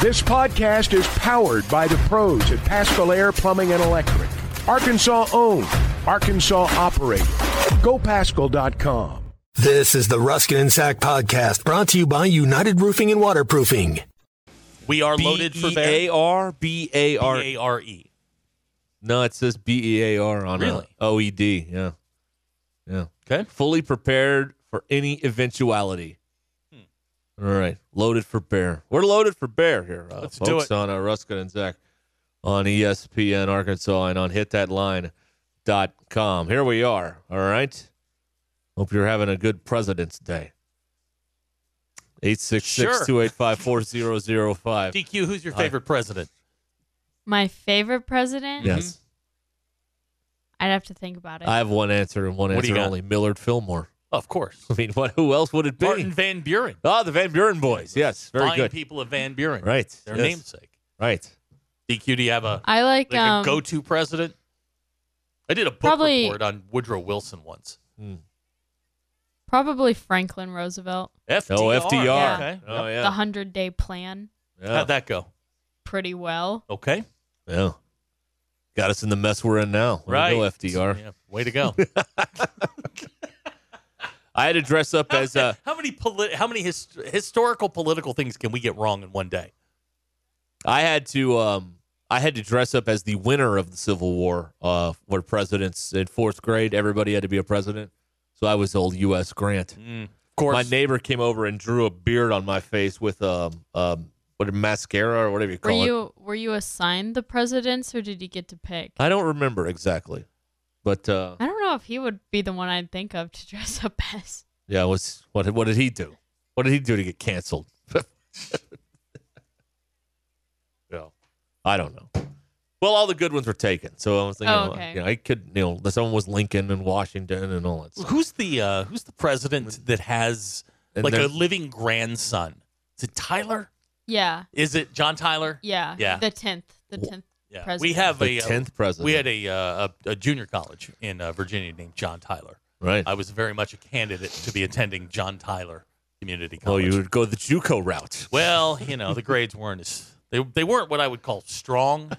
This podcast is powered by the pros at Pascal Air Plumbing and Electric. Arkansas owned, Arkansas operated. GoPascal.com. This is the Ruskin and Sack podcast brought to you by United Roofing and Waterproofing. We E are loaded for bear. B-E-A-R, B-A-R. B A R E. No, it says B-E-A-R on Really? a OED. Yeah. Yeah. Okay. Fully prepared for any eventuality. All right. Loaded for bear. We're loaded for bear here. Uh, Hmm. Let's do folks it. on uh, Ruskin and Zach on E ESPN Arkansas and on hitthatline.com. Here we are. All right. Hope you're having a good President's Day. 866 285 4005. DQ, who's your favorite president? My favorite president? Yes. I'd have to think about it. I have one answer and one What do you answer got? only. Millard Fillmore. Of course. I mean, what? Who else would it be? Martin Van Buren. Ah, the Van Buren boys. Yes, very Fine good. people of Van Buren. Right. Their Yes. namesake. Right. DQ, do you have a, I like, like um, a go to president? I did a book Probably- report on Woodrow Wilson once. probably Franklin Roosevelt. FDR. Oh, FDR. Yeah. Okay. Uh, Oh The yeah. hundred day plan Yeah. How'd that go? pretty well. Okay. Yeah. Got us in the mess we're in now. Way to Right. go, FDR. Yeah. Way to go. I had to dress up as how, uh, many polit- how many his- historical political things can we get wrong in one day? I had to um I had to dress up as the winner of the Civil War. Uh, where presidents in fourth grade, everybody had to be a president. So I was old U.S. Grant. Of course. Mm. My neighbor came over and drew a beard on my face with um um what mascara or whatever you Were call it. you were you assigned the presidents or did you get to pick? I don't remember exactly, but uh, I don't know if he would be the one I'd think of to dress up as. yeah, what's what? What did he do? What did he do to get canceled? yeah, I don't know. Well, all the good ones were taken, so I was thinking, Oh, well, okay. you know, I could, you know, someone was Lincoln and Washington and all that stuff. Who's the uh, who's the president that has And like a then- living grandson? Is it Tyler? Yeah. Is it John Tyler? Yeah. Yeah. The tenth. The tenth. Yeah. President. We have The a uh, tenth president, we had a, uh, a a junior college in uh, Virginia named John Tyler. right. I was very much a candidate to be attending John Tyler Community oh, College. you would go the JUCO route. Well, you know the grades weren't as they they weren't what I would call strong.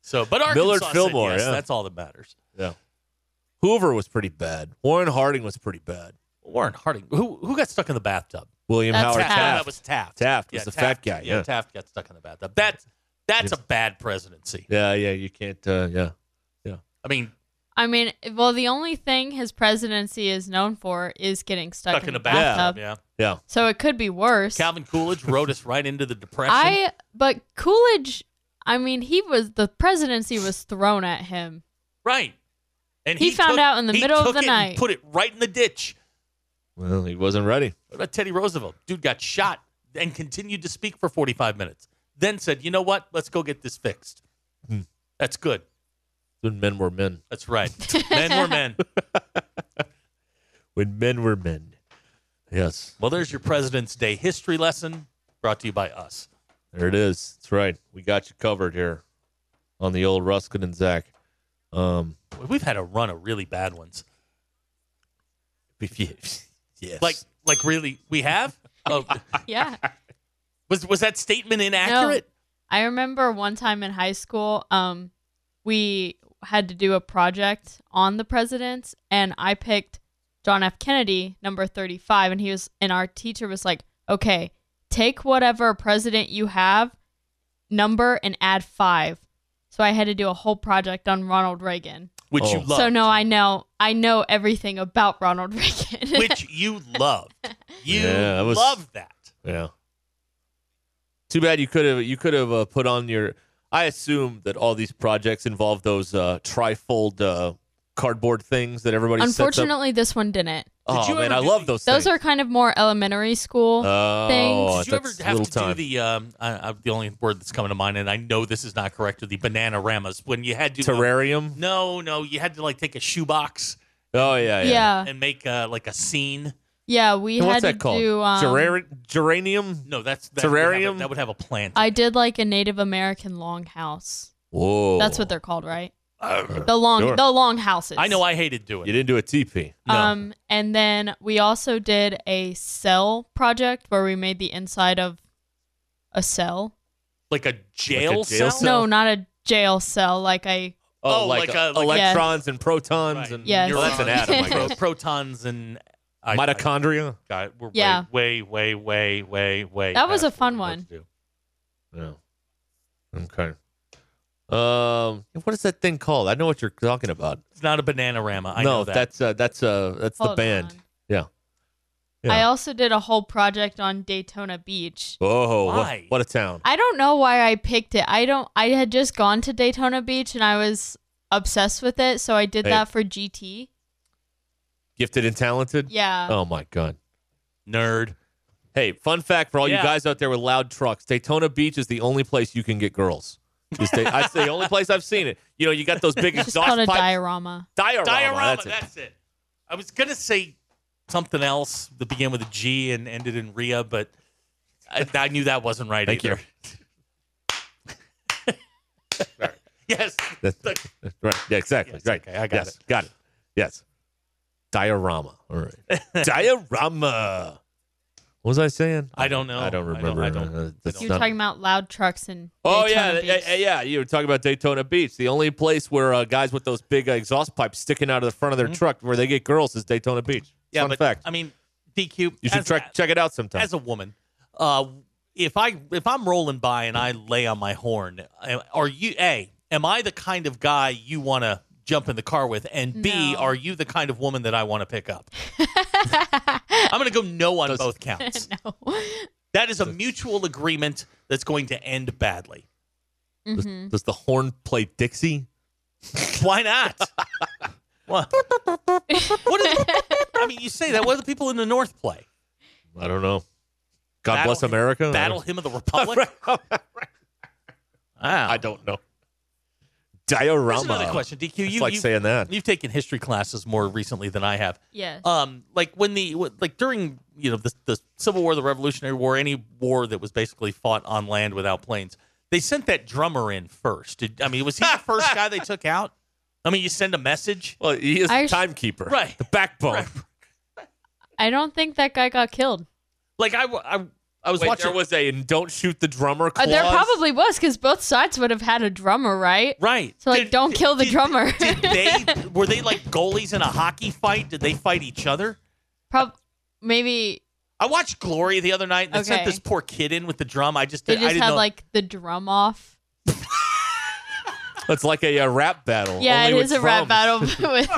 so, but Arkansas Millard said Fillmore, yes, yeah. that's all that matters. Yeah. Hoover was pretty bad. Warren Harding was pretty bad. Warren Harding, who who got stuck in the bathtub? William That's Howard Taft. No, Taft. that was Taft. Taft was the fat guy, yeah. Taft got stuck in the bathtub. That's that's a bad presidency. yeah, yeah. You can't. Uh, yeah. I mean, I mean, well, the only thing his presidency is known for is getting stuck, stuck in the bathtub. Yeah. Yeah. So it could be worse. Calvin Coolidge rode us right into the depression. I but Coolidge, I mean, he was the presidency was thrown at him. right. And He found took- out in the he middle of took the it and night. put it right in the ditch. Well, he wasn't ready. What about Teddy Roosevelt? Dude got shot and continued to speak for 45 minutes. Then said, "You know what? Let's go get this fixed." Hmm. That's good. When men were men. That's right. men were men. When men were men. Yes. Well, there's your President's Day history lesson brought to you by us. There it is. That's right. We got you covered here on the old Ruskin and Zach. Um, We've had a run of really bad ones. yes. Like, like really, we have. Oh, Yeah. was was that statement inaccurate? I remember one time in high school, um, we had to do a project on the presidents, and I picked John F. Kennedy, number 35, and he was, and our teacher was like, okay, take whatever president you have, number, and add five. So I had to do a whole project on Ronald Reagan. Which you Oh. loved. So no, I know, I know everything about Ronald Reagan. Which you loved. You Yeah, that was- loved that. Yeah. Too bad you could have you could have uh, put on your. I assume that all these projects involve those uh, trifold uh, cardboard things that everybody. sets up. Unfortunately, this one didn't. oh Did you man, ever I do love the- those. Those things. are kind of more elementary school. Oh, things. Did you ever that's have little to time. do the um? I, I, the only word that's coming to mind, and I know this is not correct, are the banana ramas when you had to um, terrarium? No, no, you had to like take a shoebox Oh yeah, yeah. yeah. and make uh, like a scene. Yeah, we And had what's to that called? do. Um, Gerari- geranium. No, that's that would have a- Terrarium? that would have a plant. I did like a Native American longhouse. Whoa, That's what they're called, right? the long Uh, Sure. the long houses. I know I hated doing You it. didn't do a TP. No. Um, and then we also did a cell project where we made the inside of a cell. like a jail, jail cell? cell? No, not a jail cell. Like I Oh, Oh, like, like uh, a- like- Yeah. electrons and protons Right. and Yes. well, that's an atom, I Pro- guess. protons and I, I, Mitochondria. God, we're Yeah. way, way, way, way, way, way. That was past a fun what we were supposed Yeah. Okay. Um, what is that thing called? I know what you're talking about. to do. It's not a bananarama. I no, know that. that's uh, that's uh, that's the Hold band. on. Yeah. Yeah. I also did a whole project on Daytona Beach. Oh, what, Why? what a town! I don't know why I picked it. I don't I had just gone to Daytona Beach and I was obsessed with it, so I did Hey. that for GT. Gifted and talented. Yeah. Oh my god. nerd. Hey, fun fact for all Yeah. you guys out there with loud trucks: Daytona Beach is the only place you can get girls. It's the, that's the only place I've seen it. You know, you got those big It's just exhaust called a pipes. diorama. diorama. Diorama. that's it. I was gonna say something else that began with a G and ended in Ria, but I, I knew that wasn't right. Thank either. Yes. That's, that's right. Yeah, exactly. Yes, right. okay, I got yes, Got it. Yes. Diorama. All right. Diorama. What was I saying? I don't know. I don't I don't- remember. I don't- Uh, that's You're not- talking about loud trucks and Oh Daytona yeah, Beach. yeah, yeah. You were talking about Daytona Beach, the only place where uh, guys with those big uh, exhaust pipes sticking out of the front of their truck where they get girls is Daytona Beach. Mm-hmm. Yeah, Fun but fact. I mean, DQ. you should as- check check it out sometime. as a woman, uh, if I if I'm rolling by and I lay on my horn, am- are you a am I the kind of guy you want to jump in the car with, and b No. are you the kind of woman that I want to pick up? I'm gonna go no on Does- both counts. no. That is a mutual agreement that's going to end badly. does, Mhm. Mm-hmm. does the horn play Dixie? Why not? what? what is, I mean, you say that. What do the people in the North play? I don't know. God Battle- bless America. Battle hymn of the Republic. Wow. I don't know. Diorama. Here's another question, DQ. It's you like you- saying that. You've taken history classes more recently than I have. Yes. Uh, Um, like when the like during you know the, the Civil War, the Revolutionary War, any war that was basically fought on land without planes, they sent that drummer in first. Did, I mean, was he the first guy they took out? I mean, you send a message. Well, he is I the sh- timekeeper. Right. The backbone. I don't think that guy got killed. Like I, w- I, I was Wait, watching. there was a and don't shoot the drummer Uh, clause. there probably was because both sides would have had a drummer, right? right. So like, Did- don't did- kill the did- drummer. Did they were they like goalies in a hockey fight? Did they fight each other? Prob- maybe I watched Glory the other night and they sent Okay. this poor kid in with the drum. I just they did, I just didn't had know. like the drum off. It's like a, uh rap battle. Yeah, it only is with a rap drums. battle. with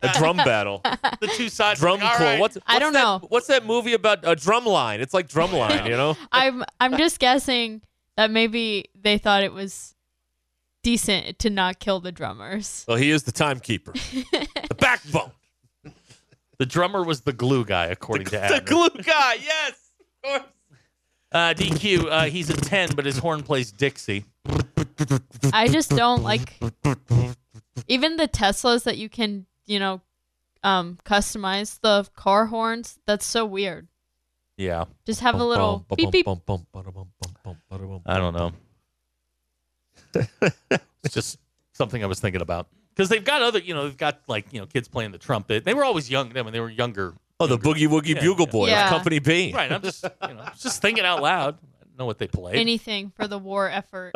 A drum battle. the two sides drum like, "All corps. right." What's, I what's don't that- know. What's that movie about a drum line? It's like drum line, you know? I'm I'm just guessing that maybe they thought it was decent to not kill the drummers. Well, he is the timekeeper. the backbone. The drummer was the glue guy, according to The Adam. glue guy. Yes. Of course. uh, DQ, uh, he's a 10, but his horn plays Dixie. I just don't like even the Teslas that you can, you know, um customize the car horns. That's so weird. Yeah, Just have a little beep beep. I don't know. it's just something I was thinking about. Because they've got other, you know, they've got like, you know, kids playing the trumpet. They were always young, I mean, they were younger. Oh, the Boogie Woogie Yeah. Bugle Boy Yeah. of Company B. Right, I'm just, you know, just thinking out loud. I don't know what they played. Anything for the war effort.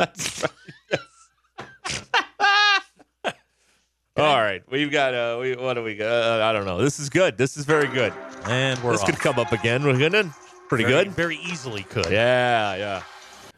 All right. We've got, uh, we, what do we got? Uh, I don't know. This is good. This is very good. and we're this could off. come up again. We're gonna pretty Very- good. Very easily could. Yeah, yeah.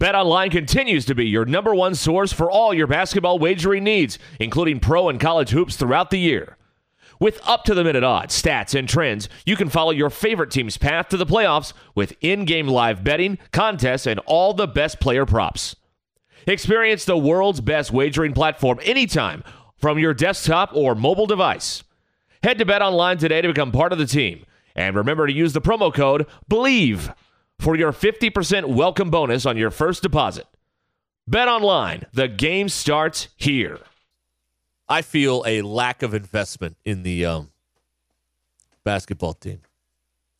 BetOnline continues to be your number one source for all your basketball wagering needs, including pro and college hoops throughout the year. With up to the minute odds, stats, and trends, you can follow your favorite team's path to the playoffs with in game live betting, contests, and all the best player props. Experience the world's best wagering platform anytime from your desktop or mobile device. Head to BetOnline today to become part of the team. And remember to use the promo code BELIEVE for your 50% welcome bonus on your first deposit. BetOnline, the game starts here. I feel a lack of investment in the um, basketball team,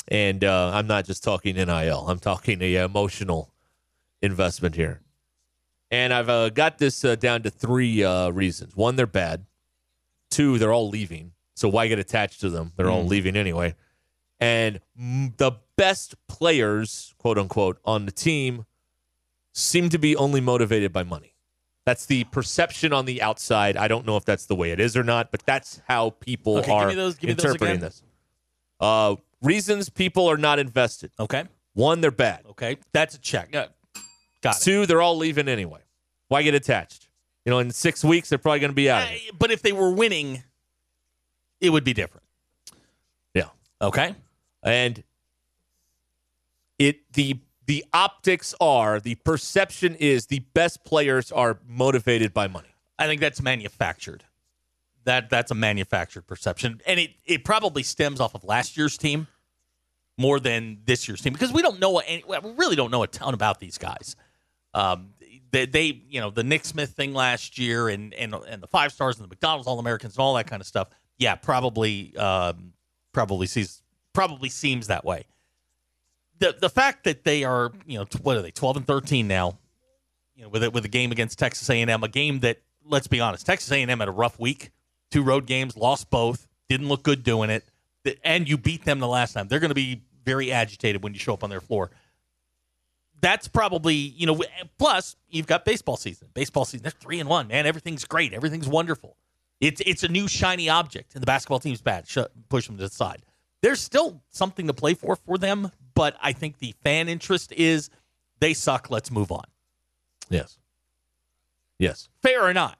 and uh, I'm not just talking nil. I'm talking a emotional investment here, and I've uh, got this uh, down to three uh, reasons: one, they're bad; two, they're all leaving, so why get attached to them? They're Mm. all leaving anyway, and mm, the best players, quote unquote, on the team seem to be only motivated by money. That's the perception on the outside. I don't know if that's the way it is or not, but that's how people Okay, give are me those- give me those interpreting again. this. Uh, reasons people are not invested. Okay. One, they're bad. Okay. That's a check. Uh, got it. Two, they're all leaving anyway. Why get attached? You know, in six weeks, they're probably going to be out. of it. Uh, But if they were winning, it would be different. Yeah. Okay. and it the the optics are the perception is the best players are motivated by money. I think that's manufactured. That that's a manufactured perception, and it it probably stems off of last year's team more than this year's team because we don't know any, we really don't know a ton about these guys. Um, they, they you know the Nick Smith thing last year and and and the five stars and the McDonald's All Americans and all that kind of stuff. Yeah, probably um, probably sees probably seems that way. The the fact that they are you know tw- what are they twelve and thirteen now you know, with it with a game against Texas A&M, a game that let's be honest, Texas A&M had a rough week, two road games, lost both, didn't look good doing it, th- and you beat them the last time. They're going to be very agitated when you show up on their floor. That's probably you know. w- Plus, you've got baseball season. Baseball season. They're three and one, man. Everything's great. Everything's wonderful. It's it's a new shiny object, and the basketball team's bad. Shut, push them to the side. There's still something to play for for them, but I think the fan interest is they suck. Let's move on Yes. Yes. fair or not.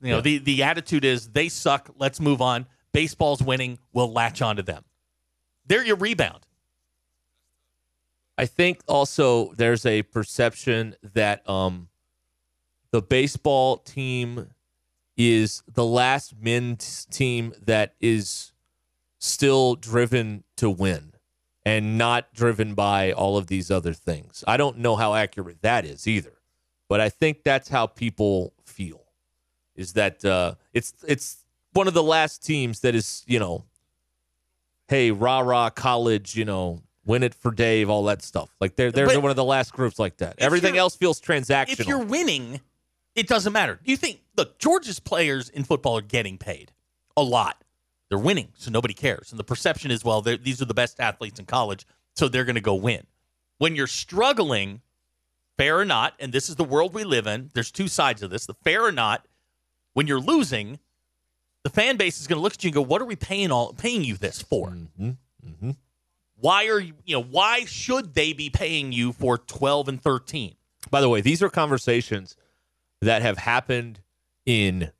You know, Yeah. the, the attitude is they suck. Let's move on. Baseball's winning. We'll latch onto them. They're your rebound. I think also there's a perception that um, the baseball team is the last men's team that is still driven to win and not driven by all of these other things. I don't know how accurate that is either, but I think that's how people feel is that uh, it's it's one of the last teams that is you know hey, rah rah college, you know, win it for Dave, all that stuff. Like they're they're But- one of the last groups like that. Everything you're- else feels If you're transactional. winning, it doesn't matter. You think, look, Georgia's players in football are getting paid a lot. They're winning, so nobody cares. And the perception is, well, they're- these are the best athletes in college, so they're going to go win. When you're struggling, fair or not, and this is the world we live in, there's two sides of this the fair or not, when you're losing, the fan base is going to look at you and go, "What are we paying all paying you this for? Mm. Mm-hmm. Why are you, you know, why should they be paying you for 12 and 13?" By the way, these are conversations that have happened in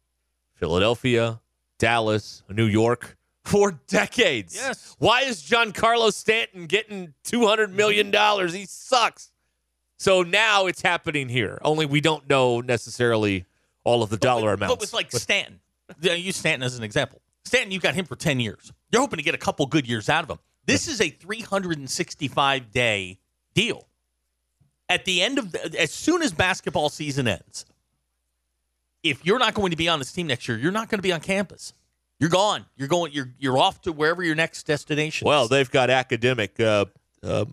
Philadelphia, Dallas, New York for decades. Yes. Why is John Carlos Stanton getting two hundred million dollars? He sucks. So now it's happening here. Only we don't know necessarily all of the dollar but, amounts. But with like Stanton, Yeah, use Stanton as an example. Stanton, you got him for 10 years. You're hoping to get a couple good years out of him. This is a 365 day deal. At the end of, the, as soon as basketball season ends, if you're not going to be on this team next year, you're not going to be on campus. You're gone. You're going. You're you're off to wherever your next destination. Well, is. they've got academic uh, uh,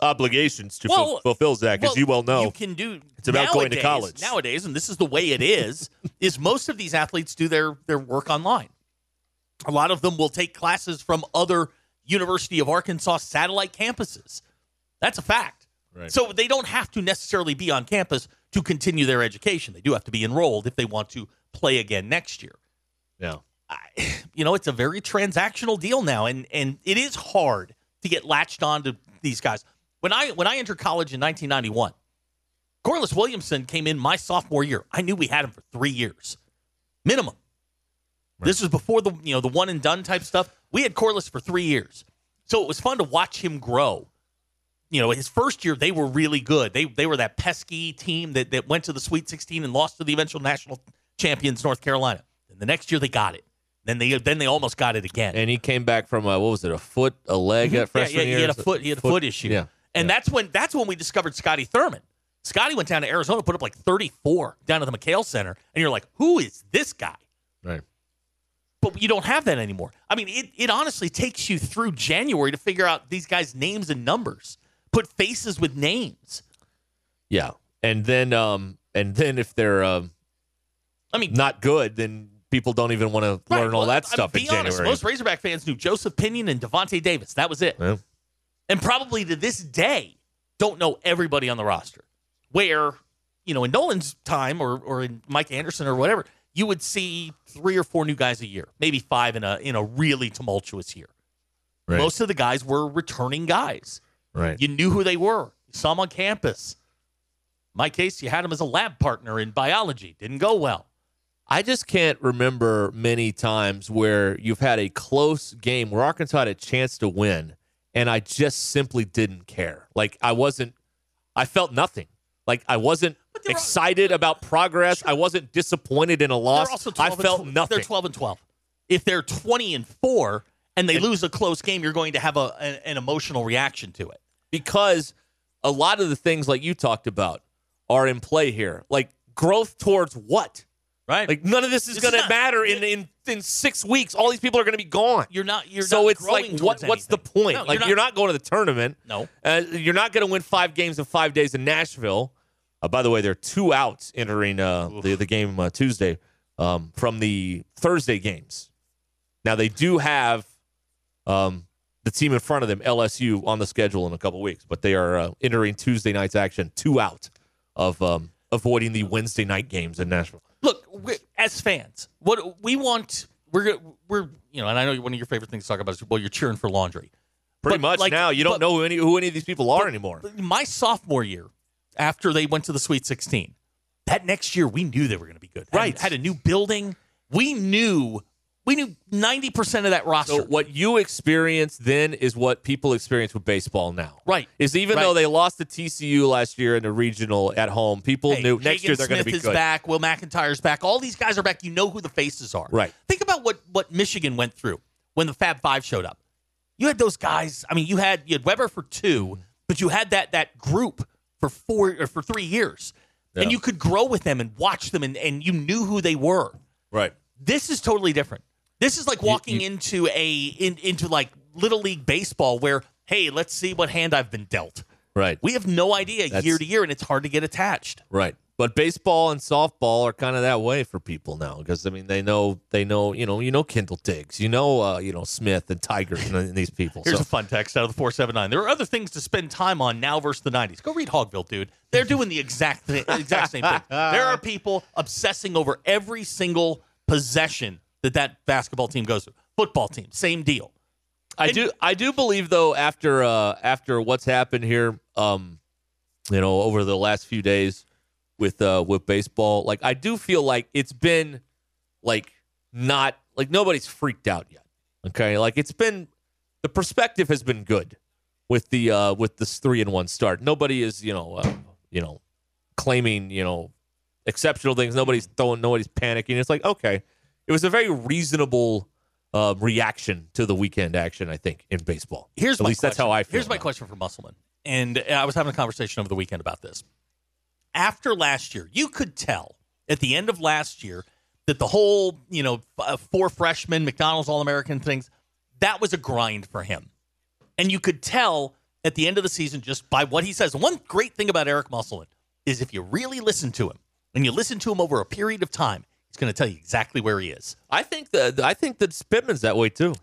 obligations to Well, ful- fulfill, Zach, as you well know. You can do It's about going to nowadays- college. Nowadays, and this is the way it is, is most of these athletes do their their work online. A lot of them will take classes from other University of Arkansas satellite campuses. That's a fact. Right. So they don't have to necessarily be on campus to continue their education. They do have to be enrolled if they want to play again next year yeah. you know it's a very transactional deal now and and it is hard to get latched on to these guys when i when i entered college in 1991 corliss williamson came in my sophomore year i knew we had him for three years minimum this was before the you know the one and done type stuff we had corliss for three years so it was fun to watch him grow you know, his first year they were really good. They they were that pesky team that that went to the Sweet 16 and lost to the eventual national champions North Carolina. And the next year they got it. Then they then they almost got it again. And he came back from a, what was it, a foot, a leg at Mm-hmm. Yeah, freshman yeah, year? He had a foot. He had a foot, issue. Yeah. And that's when that's when we discovered Scotty Thurman. Scotty went down to Arizona, put up like 34 down at the McHale Center, and you're like, who is this guy? Right. But you don't have that anymore. I mean, it, it honestly takes you through January to figure out these guys' names and numbers. Put faces with names. Yeah. And then, um, and then if they're um, I mean, not good, then people don't even want to right, learn all well, I that mean, stuff be in January. honest, most Razorback fans knew Joseph Pinion and Devontae Davis. That was it. Yeah. and probably to this day don't know everybody on the roster. Where, you know, in Nolan's time or or in Mike Anderson or whatever, you would see three or four new guys a year, maybe five in a in a really tumultuous year. Right. Most of the guys were returning guys. right. You knew who they were. You saw them on campus. In my case, you had him as a lab partner in biology. Didn't go well. I just can't remember many times where you've had a close game where Arkansas had a chance to win, and I just simply didn't care. Like I wasn't, I felt nothing. Like I wasn't they're all- excited about progress. I wasn't disappointed in a loss. They're also 12 I and felt 12 nothing. They're 12 and 12. If they're 20 and 4 and they lose a close game, you're going to have a, an, an emotional reaction to it. because a lot of the things like you talked about are in play here. Like growth towards what? Right. Like none of this is It's going to not- matter in, in in six weeks. All these people are going to be gone. you're not you're so not it's growing like what towards what's the anything. point? No, like you're not, going to the tournament. No. Uh, you're not going to win five games in five days in Nashville. Uh, by the way, there are two outs entering uh, the the game uh, Tuesday um, from the Thursday games. Now they do have um, the team in front of them, LSU, on the schedule in a couple weeks, but they are uh, entering Tuesday night's action two out of um, avoiding the Wednesday night games in Nashville. look we as fans what we want we're go- we're you know and I know one of your favorite things to talk about is well you're cheering for laundry Pretty But, much like, now, you don't but- know who any who any of these people are anymore. my sophomore year, after they went to the Sweet 16, that next year we knew they were going to be good. Had- Right. had, a new building. We knew we knew ninety percent of that roster. So what you experience then is what people experience with baseball now. Right. Is even Right. though they lost to TCU last year in the regional at home, people Hey, knew Hagan next year they're going to Smith be is good. back. Will McIntyre's back. All these guys are back. You know who the faces are. Right. Think about what what Michigan went through when the Fab Five showed up. You had those guys. I mean, you had you had Weber for two, but you had that that group for four or for three years, Yeah. and you could grow with them and watch them, and, and you knew who they were. Right. This is totally different. This is like walking into a in, into like little league baseball where hey, let's see what hand I've been dealt. Right. We have no idea That's- year to year, and it's hard to get attached. right. But baseball and softball are kind of that way for people now because I mean they know they know you know you know Kendall Diggs you know uh, you know Smith and Tiger and, and these people. Here's So- a fun text out of the 479. There are other things to spend time on now versus the 90s. Go read Hogville, dude. They're doing the exact thi- exact same thing. There are people obsessing over every single possession that that basketball team goes through. Football team, same deal. I And- do I do believe though after uh after what's happened here um you know over the last few days with uh with baseball like I do feel like it's been like not like nobody's freaked out yet okay like it's been the perspective has been good with the uh with this 3 and 1 start nobody is you know uh, you know claiming you know exceptional things nobody's throwing nobody's panicking it's like okay it was a very reasonable uh, reaction to the weekend action, I think, in baseball. Here's At my least that's question. how I feel. Here's my about it. question for Musselman. And uh, I was having a conversation over the weekend about this. After last year, you could tell at the end of last year that the whole, you know, f- uh, four freshmen, McDonald's All American things, that was a grind for him. And you could tell at the end of the season just by what he says. One great thing about Eric Musselman is if you really listen to him and you listen to him over a period of time, he's going to tell you exactly where he is. I think that I think that Pittman's that way too.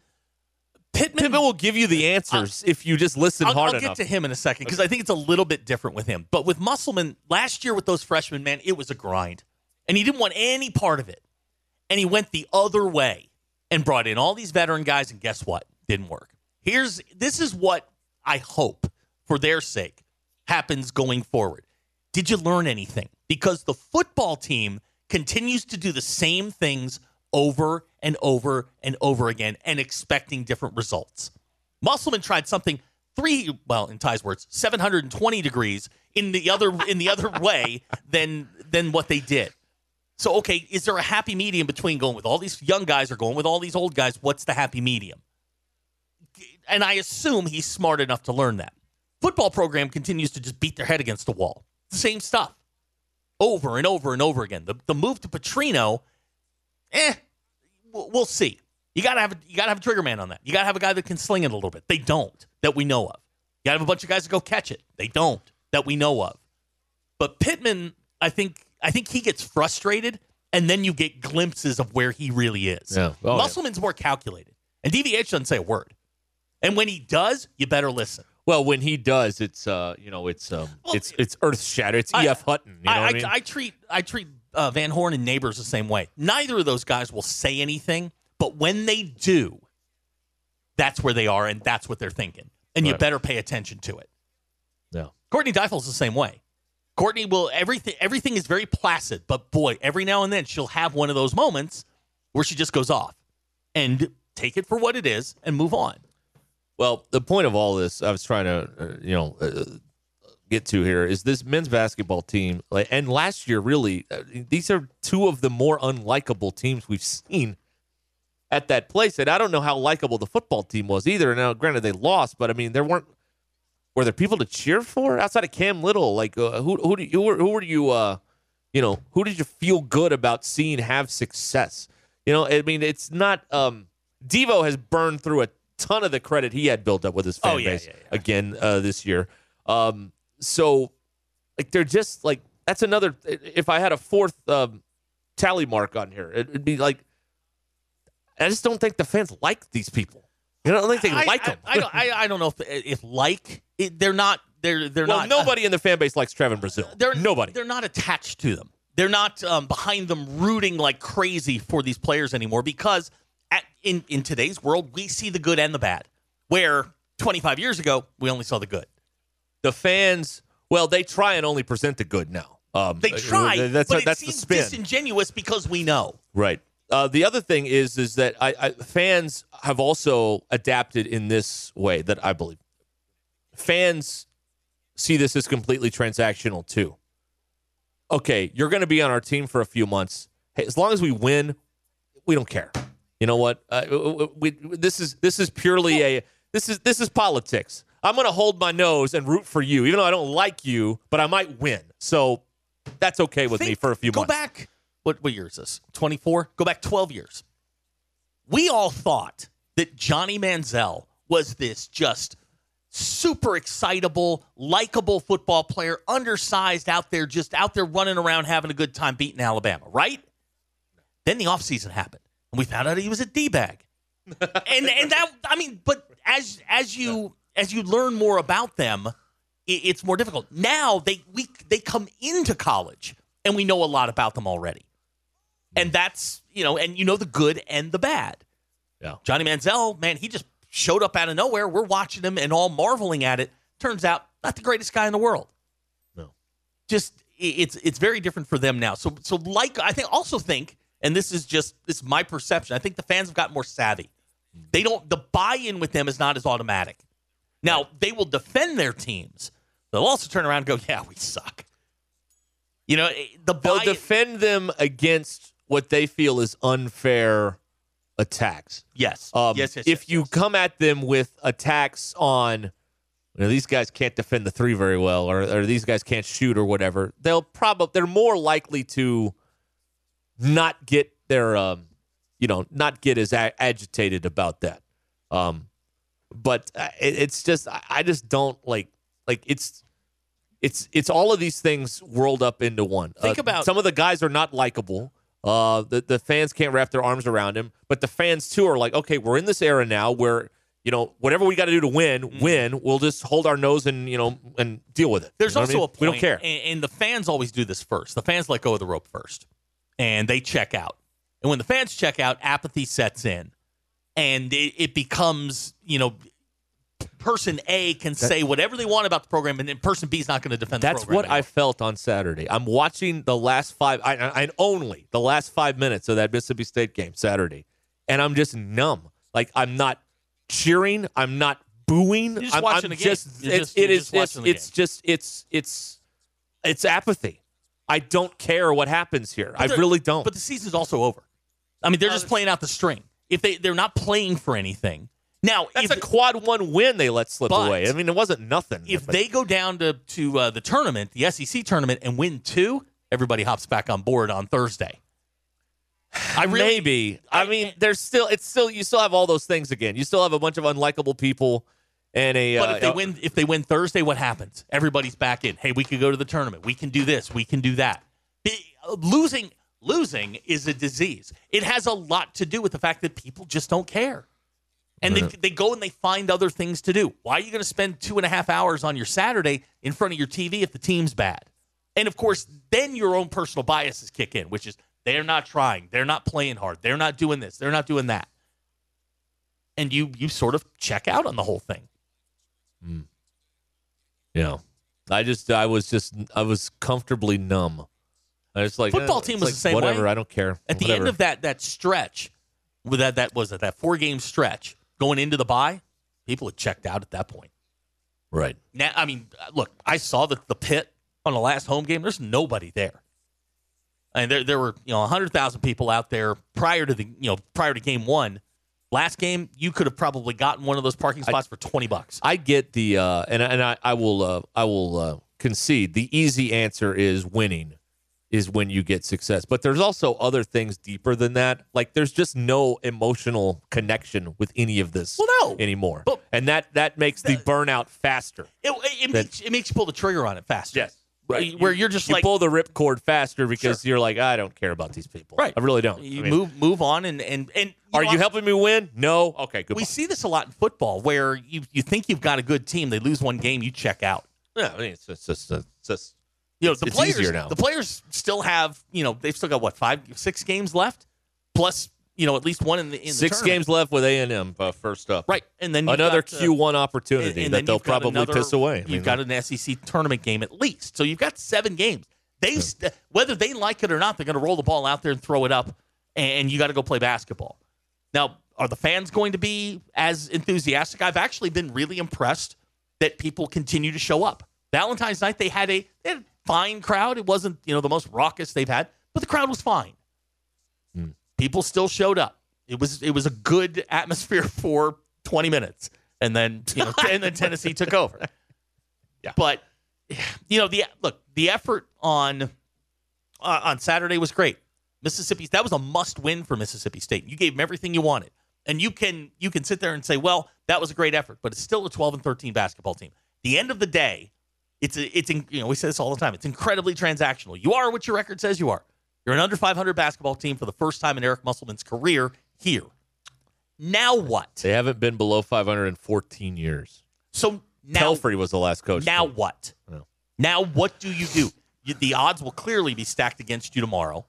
Pittman, Pittman will give you the answers if you just listen I'll, hard I'll enough. get to him in a second because I think it's a little bit different with him. But with Musselman, last year with those freshmen, man, it was a grind. And he didn't want any part of it. And he went the other way and brought in all these veteran guys. And guess what? Didn't work. Here's this is what I hope for their sake happens going forward. Did you learn anything? Because the football team continues to do the same things over and over and over again and expecting different results. Musselman tried something three well in Ty's words 720 degrees in the other in the other way than than what they did. So okay, is there a happy medium between going with all these young guys or going with all these old guys? What's the happy medium? And I assume he's smart enough to learn that. Football program continues to just beat their head against the wall. The same stuff. Over and over and over again. The, the move to Petrino, eh, we'll we'll see. You gotta have a, you gotta have a trigger man on that. You gotta have a guy that can sling it a little bit. They don't that we know of. You gotta have a bunch of guys that go catch it. They don't that we know of. But Pittman, I think I think he gets frustrated, and then you get glimpses of where he really is. Yeah. Oh, yeah. Musselman's more calculated, and DVH doesn't say a word. And when he does, you better listen. Well, when he does, it's uh, you know, it's um, Well, it's it's earth shatter. It's I- E. F. Hutton. You know I, what I I, mean? I treat I treat uh, Van Horn and Neighbors the same way. Neither of those guys will say anything, but when they do, that's where they are, and that's what they're thinking, and you Right. better pay attention to it. no. Courtney Diefel's the same way. Courtney will everything. Everything is very placid, but boy, every now and then she'll have one of those moments where she just goes off, and take it for what it is and move on. Well, the point of all this, I was trying to, uh, you know, uh, get to here is this men's basketball team, like, and last year, really, uh, these are two of the more unlikable teams we've seen at that place. And I don't know how likable the football team was either. Now, granted, they lost, but I mean, there weren't were there people to cheer for outside of Cam Little? Like, uh, who who do you, who were, who were you? Uh, you know, who did you feel good about seeing have success? You know, I mean, it's not. Um, Devo has burned through a ton of the credit he had built up with his fan Oh, yeah, base yeah, yeah. again uh, this year. Um, so, like, they're just like that's another. If I had a fourth um, tally mark on here, it'd be like I just don't think the fans like these people. You know, I don't think they I, like I- them. I, don't. I, I don't know if if like it, they're not. They're they're well, not. uh, nobody in the fan base likes Trevin Brazil. they're nobody. They're not attached to them. They're not um, behind them rooting like crazy for these players anymore because at, in in today's world we see the good and the bad. Where 25 years ago we only saw the good. the fans, well, they try and only present the good now. Um, They uh, try, th- That's but it that's the seems spin, disingenuous because we know. right? Uh, the other thing is, is that I, I fans have also adapted in this way that I believe fans see this as completely transactional too. Okay, you're going to be on our team for a few months. Hey, as long as we win, we don't care. You know what? Uh, we, we- this is this is purely a this is this is politics. I'm going to hold my nose and root for you, even though I don't like you, but I might win. So that's okay with me Think- for a few go months. back. What what year is this? 24. Go back 12 years. We all thought that Johnny Manziel was this just super excitable, likable football player, undersized out there, just out there running around having a good time beating Alabama, right? Then the offseason happened, and we found out he was a D bag. and and that I mean, but as as you as you learn more about them, i- it's more difficult. Now they we they come into college and we know a lot about them already. And that's you know, and you know the good and the bad. Yeah. Johnny Manziel, man, he just showed up out of nowhere. We're watching him and all marveling at it. Turns out not the greatest guy in the world. No. Just i- it's it's very different for them now. So so like I think also think, and this is just this is my perception. I think the fans have gotten more savvy. They don't the buy-in with them is not as automatic. Now they will defend their teams. They'll also turn around and go, "Yeah, we suck." You know, it- the They'll buy defend them against what they feel is unfair attacks. yes. Um, yes, yes, if yes, you yes. come at them with attacks on, you know, these guys can't defend the three very well, or, or these guys can't shoot, or whatever, they'll probably they're more likely to not get their, um, you know, not get as a- agitated about that. Um, but uh, it, it's just I, I just don't like like it's. It's it's all of these things rolled up into one. Uh, Think about- some of the guys are not likable. Uh, the the fans can't wrap their arms around him, but the fans too are like, okay, we're in this era now where you know whatever we got to do to win, Mm-hmm. win. We'll just hold our nose and you know and deal with it. There's You know what also I mean? a point, we don't care. And, and the fans always do this first. The fans let go of the rope first, and they check out. And when the fans check out, apathy sets in, and it, it becomes you know, person A can say whatever they want about the program, and then person B is not going to defend. That's the program what I anymore. felt on Saturday. I'm watching the last five, I, I, and only the last five minutes of that Mississippi State game Saturday, and I'm just numb. Like I'm not cheering, I'm not booing. You're just I'm, watching I'm the game. just, You're it- just- it you're is just watching the it's, it's just it's it's it's apathy. I don't care what happens here. I they're- really don't. But the season's also over. I mean, they're Uh, just playing out the string. If they they're not playing for anything now, That's if, a quad one win they let slip But- away. I mean, it wasn't nothing. if But they go down to to uh, the tournament, the SEC tournament, and win two, everybody hops back on board on Thursday. I really, maybe I, I- mean, there's still it's still you still have all those things again. You still have a bunch of unlikable people and a. but uh, if they uh, win, if they win Thursday, what happens? Everybody's back in. Hey, we could go to the tournament. We can do this. We can do that. The- uh, losing, losing is a disease. It has a lot to do with the fact that people just don't care, and they, they go and they find other things to do. Why are you going to spend two and a half hours on your Saturday in front of your TV if the team's bad? And of course, then your own personal biases kick in, which is they're not trying, they're not playing hard, they're not doing this, they're not doing that, and you you sort of check out on the whole thing. yeah, I just I was just I was comfortably numb. I was like Football eh, team it's was like, the same Whatever, way. I don't care. at the end Whatever. of that that stretch with that that was it that four game stretch going into the bye people had checked out at that point right. now i mean uh, look i saw the, the pit on the last home game there's nobody there and there, there were you know 100000 people out there prior to the you know prior to game one last game you could have probably gotten one of those parking spots for 20 bucks I get the uh, and and I, I will uh, I will uh, concede the easy answer is winning is when you get success. But there's also other things deeper than that. Like there's just no emotional connection with any of this Well, no. anymore. But- and that that makes the burnout faster. it, it, makes, it makes you pull the trigger on it faster where, where You- you're just you like pull the ripcord faster because you're like I don't care about these people. Right. I really don't. you I mean, move move on and and and Are know, you I- helping me win? No. Okay. Good. We see this a lot in football where you, you think you've got a good team, they lose one game, you check out. Yeah. I mean, it's just, it's just, it's just You know, the It's players easier now. the players still have, you know, they've still got what, five six games left? Plus, you know, at least one in the in the six tournament. games left with A and M uh, first up. Right. And then you've another got, uh, Q1 opportunity and- and then that they'll you've got probably another- piss away. I you've mean, got an SEC tournament game at least. So you've got seven games. They st- whether they like it or not, they're going to roll the ball out there and throw it up, and you got to go play basketball. Now, are the fans going to be as enthusiastic? I've actually been really impressed that people continue to show up. Valentine's night, they had a, they had a fine crowd. It wasn't you know the most raucous they've had, but the crowd was fine. People still showed up. It was it was a good atmosphere for 20 minutes, and then you know, and then Tennessee took over. But you know the look the effort on uh, on Saturday was great. Mississippi that was a must win for Mississippi State. You gave them everything you wanted, and you can you can sit there and say, well, that was a great effort, but it's still a 12 and 13 basketball team. The end of the day, it's a, it's in, you know we say this all the time. It's incredibly transactional. You are what your record says you are. You're an under 500 basketball team for the first time in Eric Musselman's career here. Now what? they haven't been below 500 in 14 years. So now Pelfrey was the last coach. now what? No. Now what do you do? You, the odds will clearly be stacked against you tomorrow,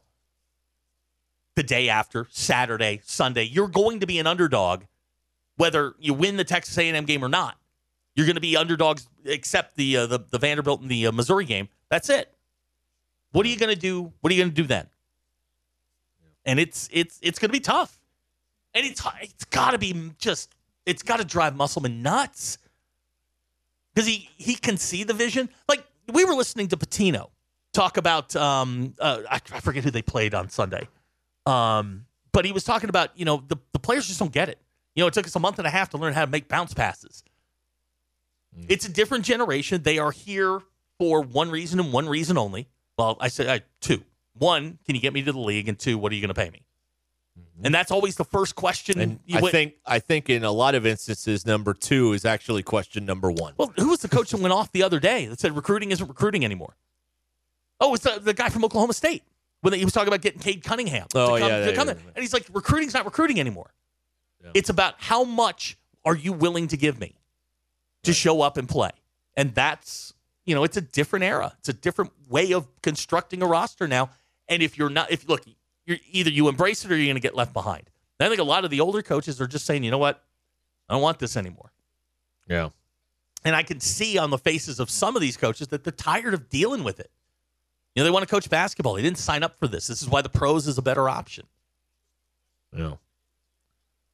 the day after, Saturday, Sunday. You're going to be an underdog, whether you win the Texas A&M game or not. You're going to be underdogs, except the uh, the, the Vanderbilt and the uh, Missouri game. That's it. What are you going to do? What are you going to do then? And it's it's it's going to be tough, and it's it's got to be just it's got to drive Musselman nuts because he he can see the vision. Like we were listening to Patino talk about um uh, I, I forget who they played on Sunday, um but he was talking about you know the the players just don't get it. You know, it took us a month and a half to learn how to make bounce passes. Mm. It's a different generation. They are here for one reason and one reason only. Well, I said uh, two. One, can you get me to the league? And two, what are you going to pay me? And that's always the first question. Mm-hmm. And you I would- think I think in a lot of instances, number two is actually question number one. Well, who was the coach that went off the other day that said recruiting isn't recruiting anymore? Oh, it's the, the guy from Oklahoma State when he was talking about getting Cade Cunningham. to Oh, come- yeah, to yeah, come yeah, in. yeah. And he's like, recruiting's not recruiting anymore. It's about how much are you willing to give me to show up and play? And that's, you know, it's a different era. It's a different way of constructing a roster now. And if you're not, if look, you're either you embrace it or you're going to get left behind. And I think a lot of the older coaches are just saying, you know what? I don't want this anymore. yeah. And I can see on the faces of some of these coaches that they're tired of dealing with it. You know, they want to coach basketball. They didn't sign up for this. This is why the pros is a better option. Yeah.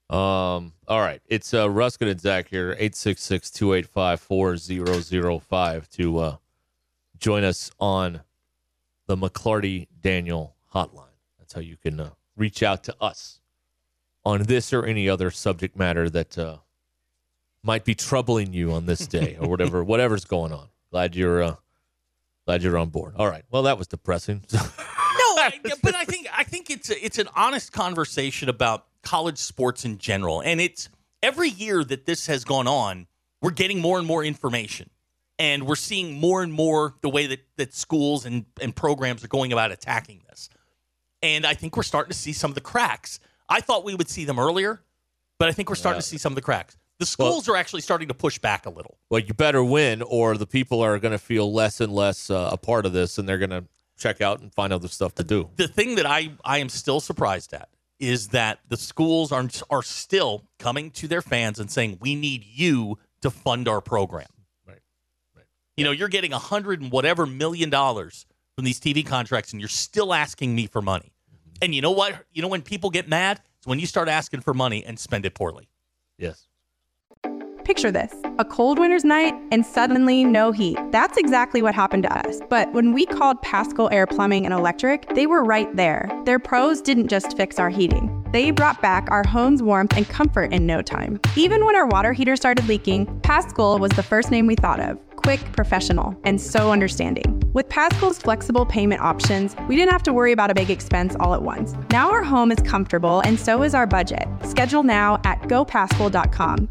Um, all right. It's uh, Ruskin and Zach here, 866 285 4005 to uh, join us on the McClarty Daniel hotline. That's how you can uh, reach out to us on this or any other subject matter that uh, might be troubling you on this day or whatever whatever's going on. Glad you're uh, glad you're on board. All right. Well, that was depressing. No, I- but I think I think it's a, it's an honest conversation about college sports in general, and it's every year that this has gone on, we're getting more and more information, and we're seeing more and more the way that that schools and and programs are going about attacking this, and I think we're starting to see some of the cracks. I thought we would see them earlier, but I think we're starting to see some of the cracks. The schools are actually starting to push back a little. well, you better win, or the people are going to feel less and less uh, a part of this, and they're going to check out and find other stuff to do. the thing that I, I am still surprised at is that the schools are are still coming to their fans and saying we need you to fund our program. Right. Right. You know, you're getting a hundred and whatever million dollars from these TV contracts, and you're still asking me for money. Mm-hmm. And you know what? You know when people get mad, it's when you start asking for money and spend it poorly. Yes. Picture this a cold winter's night and suddenly no heat. That's exactly what happened to us. But when we called Pascal Air Plumbing and Electric, they were right there. Their pros didn't just fix our heating. They brought back our home's warmth and comfort in no time. Even when our water heater started leaking, Pascal was the first name we thought of quick, professional, and so understanding. With Pascal's flexible payment options, we didn't have to worry about a big expense all at once. Now our home is comfortable and so is our budget. Schedule now at gopascal.com.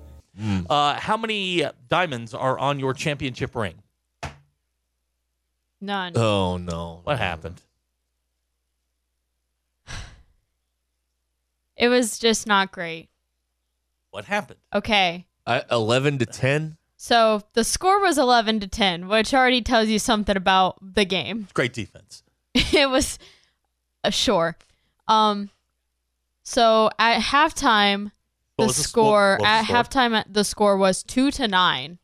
Mm-hmm. Uh, how many diamonds are on your championship ring? None. Oh no. What Mm-hmm. happened? it was just not great. What happened? Okay. I, Eleven to ten. So the score was 11 to 10, which already tells you something about the game. Great defense. it was uh, sure. Um so at halftime What the was the score- score what at was the score? halftime at the score was 2 to 9.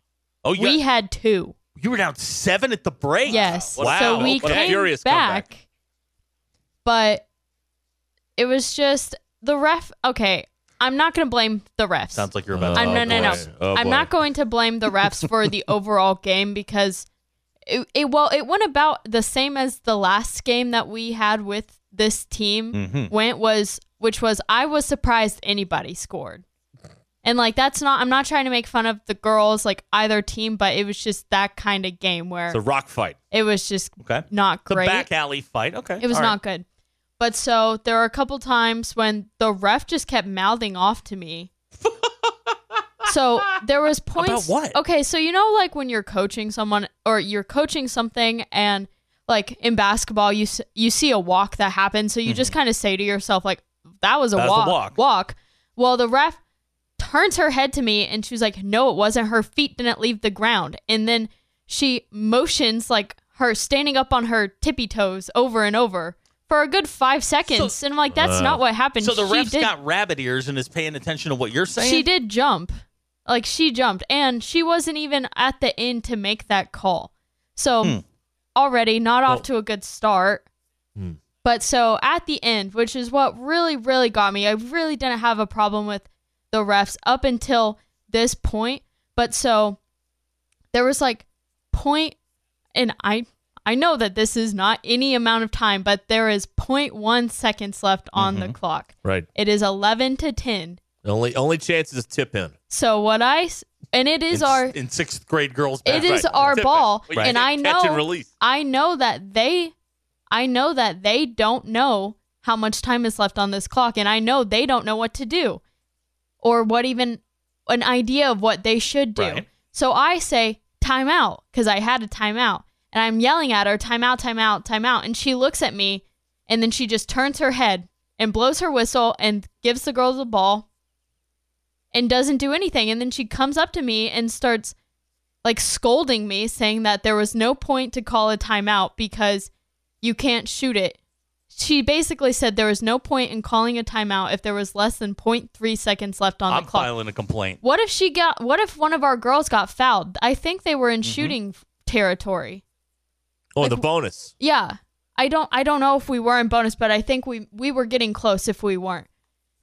Oh, you, We got- had 2. you were down seven at the break. Yes. Wow. So we What a came furious back, comeback. but it was just the ref. Okay, I'm not going to blame the refs. Sounds like you're about. to I'm, Oh, Uh, no, no, no. boy. Oh, I'm boy. not going to blame the refs for the overall game because it, it well it went about the same as the last game that we had with this team Mm-hmm. went was which was I was surprised anybody scored. And like that's not I'm not trying to make fun of the girls like either team but it was just that kind of game where It's a rock fight. it was just Okay. not The great. back alley fight. Okay. It was All right. not good. But so there were a couple times when the ref just kept mouthing off to me. so there was points. what? Okay, so you know, like when you're coaching someone or you're coaching something, and like in basketball, you s- you see a walk that happens, so you just kind of say to yourself, like, "That was a Mm-hmm. That was a walk." walk. Walk. Well, the ref turns her head to me and she was like, No, it wasn't. Her feet didn't leave the ground. And then she motions like her standing up on her tippy toes over and over for a good five seconds. and I'm like, That's not what happened. So the she ref's did, got rabbit ears and is paying attention to what you're saying. She did jump. Like she jumped and she wasn't even at the end to make that call. So already not off to a good start. But so at the end, which is what really, really got me, I really didn't have a problem with the refs up until this point. But so there was like point, and I I know that this is not any amount of time, but there is 0.1 seconds left on the clock. Right. It is 11 to 10. The only only chance is tip in. So what I s- and it is in, our in sixth grade girls. it is right. our Tip it. ball, Well, you and I can't catch and know release. I know that they, I know that they don't know how much time is left on this clock, and I know they don't know what to do, or what even an idea of what they should do. Right. So I say timeout because I had a timeout, and I'm yelling at her timeout, timeout, timeout, and she looks at me, and then she just turns her head and blows her whistle and gives the girls the ball, and doesn't do anything. And then she comes up to me and starts like scolding me, saying that there was no point to call a timeout because you can't shoot it. She basically said there was no point in calling a timeout if there was less than 0.3 seconds left on I'm the clock. filing a complaint. What if she got? What if one of our girls got fouled? I think they were in shooting f- territory. Oh, the bonus. Yeah, I don't. I don't know if we were in bonus, but I think we we were getting close. If we weren't,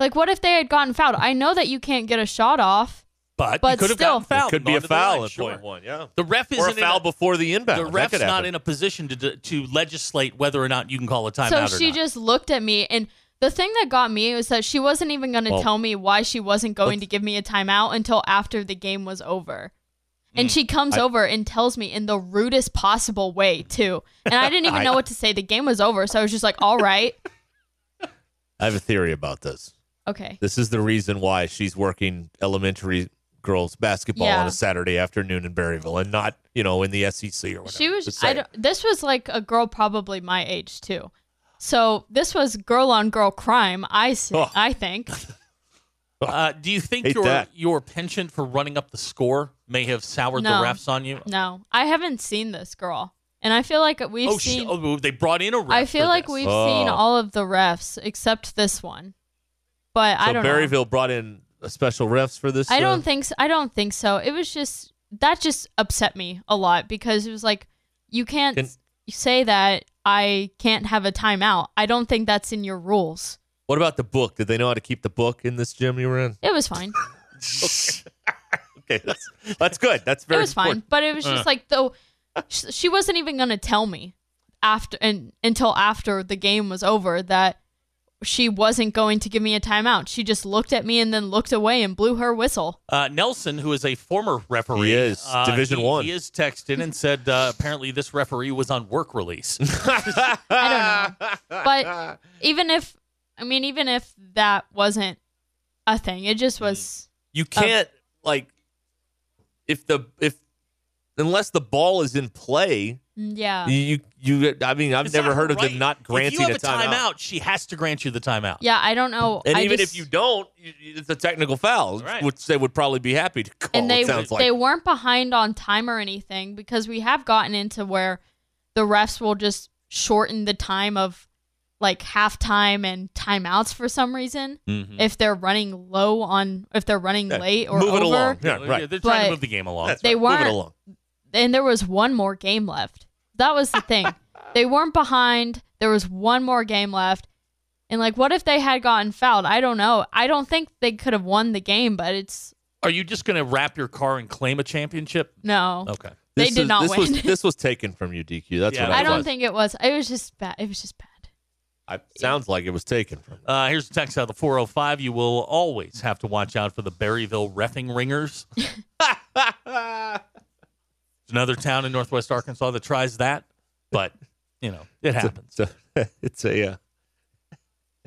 like, what if they had gotten fouled? I know that you can't get a shot off. But, But you could have still- gotten fouled. It could be a and gone to the line, foul at sure. point one. Yeah. The ref Or isn't a foul in a, before the inbound. The ref's not in a position to d- to legislate whether or not you can call a timeout. So or she not. just looked at me, and the thing that got me was that she wasn't even going to Well, tell me why she wasn't going to give me a timeout until after the game was over. And she comes over and tells me in the rudest possible way too, and I didn't even know what to say. The game was over, so I was just like, "All right, I have a theory about this. okay." This is the reason why she's working elementary girls basketball on Yeah. a Saturday afternoon in Berryville and not, you know, in the SEC or whatever. She was. Just I saying. don't, this was like a girl probably my age too. So this was girl on girl crime. I s- Oh. I think. Uh, do you think Hate your that. your penchant for running up the score may have soured No. the refs on you? No, I haven't seen this girl, and I feel like we've oh, seen. sh- oh, they brought in a ref. I feel for like this. we've Oh. seen all of the refs except this one, but so I don't. know. Berryville brought in a special refs for this. I uh, don't think. So. I don't think so. It was just that just upset me a lot because it was like you can't Can- say that I can't have a timeout. I don't think that's in your rules. What about the book? Did they know how to keep the book in this gym you were in? It was fine. Okay, that's, that's good. That's very it was fine, important. Uh. but it was just like though sh- she wasn't even gonna tell me after and until after the game was over that she wasn't going to give me a timeout. She just looked at me and then looked away and blew her whistle. Uh, Nelson, who is a former referee, He is. uh, Division he- one. He is texted and said uh, apparently this referee was on work release. I don't know, but even if I mean, even if that wasn't a thing, it Mm. just was. You can't like if the if unless the ball is in play, mm, Yeah, you you I mean, I've It's never not heard of right. them not granting if you have a timeout. She has to grant you the timeout. yeah. I don't know. And I even just- if you don't, you- you- it's a technical foul, Right. which they would probably be happy to call. and they it sounds like they weren't behind on time or anything because we have gotten into where the refs will just shorten the time of like halftime and timeouts for some reason if they're running low on if they're running late or Mm-hmm. move over. it along. Yeah, Yeah, right. They're trying to But- move the game along. That's right. They Move weren't- it along. And there was one more game left. That was the thing. they weren't behind. There was one more game left. And like what if they had gotten fouled? I don't know. I don't think they could have won the game, but it's Are you just going to wrap your car and claim a championship? no. Okay. They This did is- not this win. Was, this was taken from you, DQ. That's Yeah, what I I don't was. think it was. It was just bad. It was just bad. I, sounds like it was taken from. you. Uh, here's a text out of the 405. You will always have to watch out for the Berryville refing ringers. It's another town in northwest Arkansas that tries that, but, you know, it happens. It's a, it's a uh,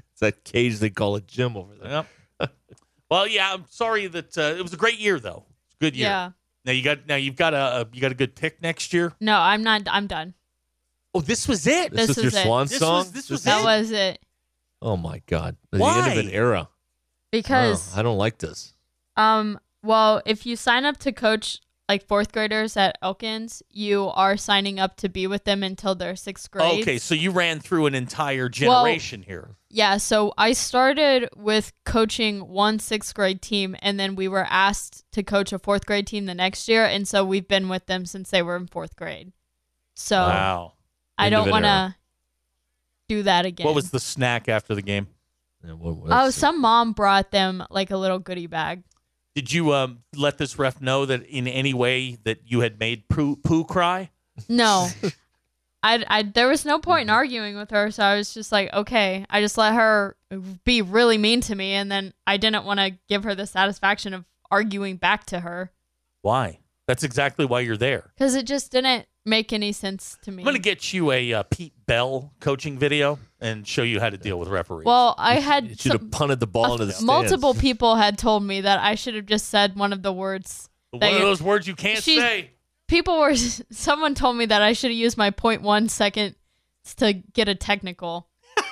it's that cage they call a gym over there. Yep. well, yeah, I'm sorry that uh, it was a great year, though. It's a good year. Yeah. Now you got now you've got a, a you got a good pick next year. No, I'm not. I'm done. Oh, this was it. This This, is was your it. swan This song. was- this was That it. was it. Oh my god! The end Why? of an era. Because Oh, Wow, I don't like this. um, well, if you sign up to coach like fourth graders at Elkins, you are signing up to be with them until their sixth grade. Okay, so you ran through an entire Well- generation here. Yeah. So I started with coaching one sixth grade team, and then we were asked to coach a fourth grade team the next year, and so we've been with them since they were in fourth grade. So Wow. I End of don't an want era. to do that again. What was the snack after the game? Yeah, what- what Oh, else? some mom brought them like a little goodie bag. Did you um, let this ref know that in any way that you had made poo, poo cry? No. I, I there was no Mm-hmm. point in arguing with her, so I was just like, okay. I just let her be really mean to me, and then I didn't want to give her the satisfaction of arguing back to her Why? That's exactly why you're there. because it just didn't make any sense to me. I'm going to get you a uh, Pete Bell coaching video and show you how to deal with referees. well, I You had should some- have punted the ball into the stands. multiple people had told me that I should have just said one of the words. one that of you- those words you can't She's- say. people were someone told me that I should have used my 0.1 second to get a technical.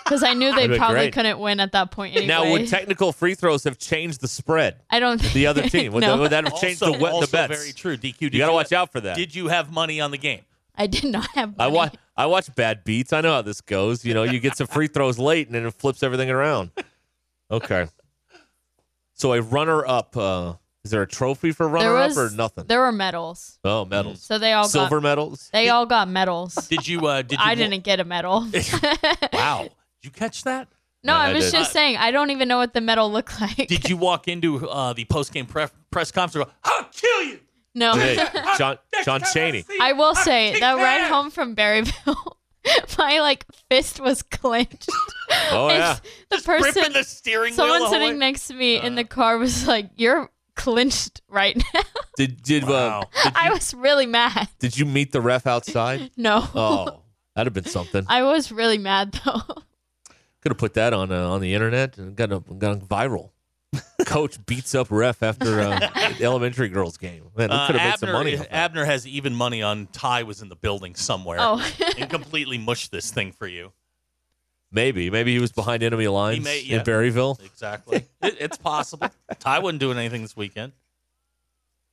because I knew they Would've been probably great. couldn't win at that point anyway. Now, would technical free throws have changed the spread? I don't think The other team would, no, that, would that have changed also, the, wet, also the bets? very true. DQ, did You got to watch out for that. Did you have money on the game? I did not have. I money. watch I watch bad beats. I know how this goes. You know, you get some free throws late, and then it flips everything around. Okay. So a runner up. Uh, is there a trophy for There runner was up or nothing? There were medals, oh, medals, so they all silver got medals. they all got medals. Did you? Uh, did you I didn't get a medal. Wow. Did you catch that? No, No, I I was did. just saying I don't even know what the medal looked like. Did you walk into uh, the post game pref- press conference? and go, I'll kill you. no, Hey, John John Cheney. I will say kick that your ride ass. home from Berryville, my like fist was clenched. Oh yeah. It's- the person, Ripping the steering wheel. someone the whole sitting way. Uh. next to me in the car was like, "You're clenched right now." Did did uh, Wow. did, I you, was really mad. did you meet the ref outside? No, Oh, that'd have been something. I was really mad though. Could have put that on uh, on the internet and got a, gone viral. Coach beats up ref after uh, the elementary girls game. Man, we Uh, could have made Abner, some money. off that. Abner has even money on Ty was in the building somewhere Oh, and completely mushed this thing for you. Maybe. Maybe he was behind enemy lines may- yeah. in Berryville. Exactly. it, it's possible. Ty wasn't doing anything this weekend.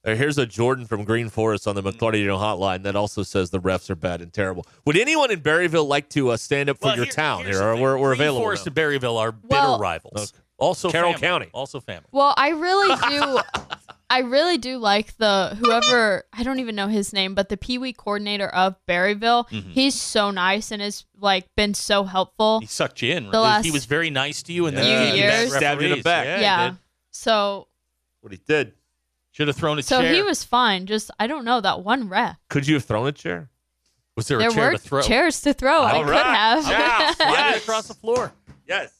Uh, Here's a Jordan from Green Forest on the McClarty hotline that also says the refs are bad and terrible. Would anyone in Berryville like to uh, stand up for Well, your here- town? here's Here, the uh, thing. we're, we're Green available. Forest now. and Berryville are bitter Well- rivals. Okay. Also, Carroll family. County. Also, family. well, I really do. I really do like the whoever I don't even know his name, but the Pee Wee coordinator of Berryville. Mm-hmm. He's so nice and has like been so helpful. He sucked you in. The last he was very nice to you, and then few he gave you bad years. Stabbed you in the referees. back. Yeah, yeah. So What he did. should have thrown a So chair. he was fine. Just I don't know that one ref. Could you have thrown a chair? Was there, There a chair to were throw? chairs to throw. I All could right. have. Yeah. Slide it Yes. across the floor. Yes.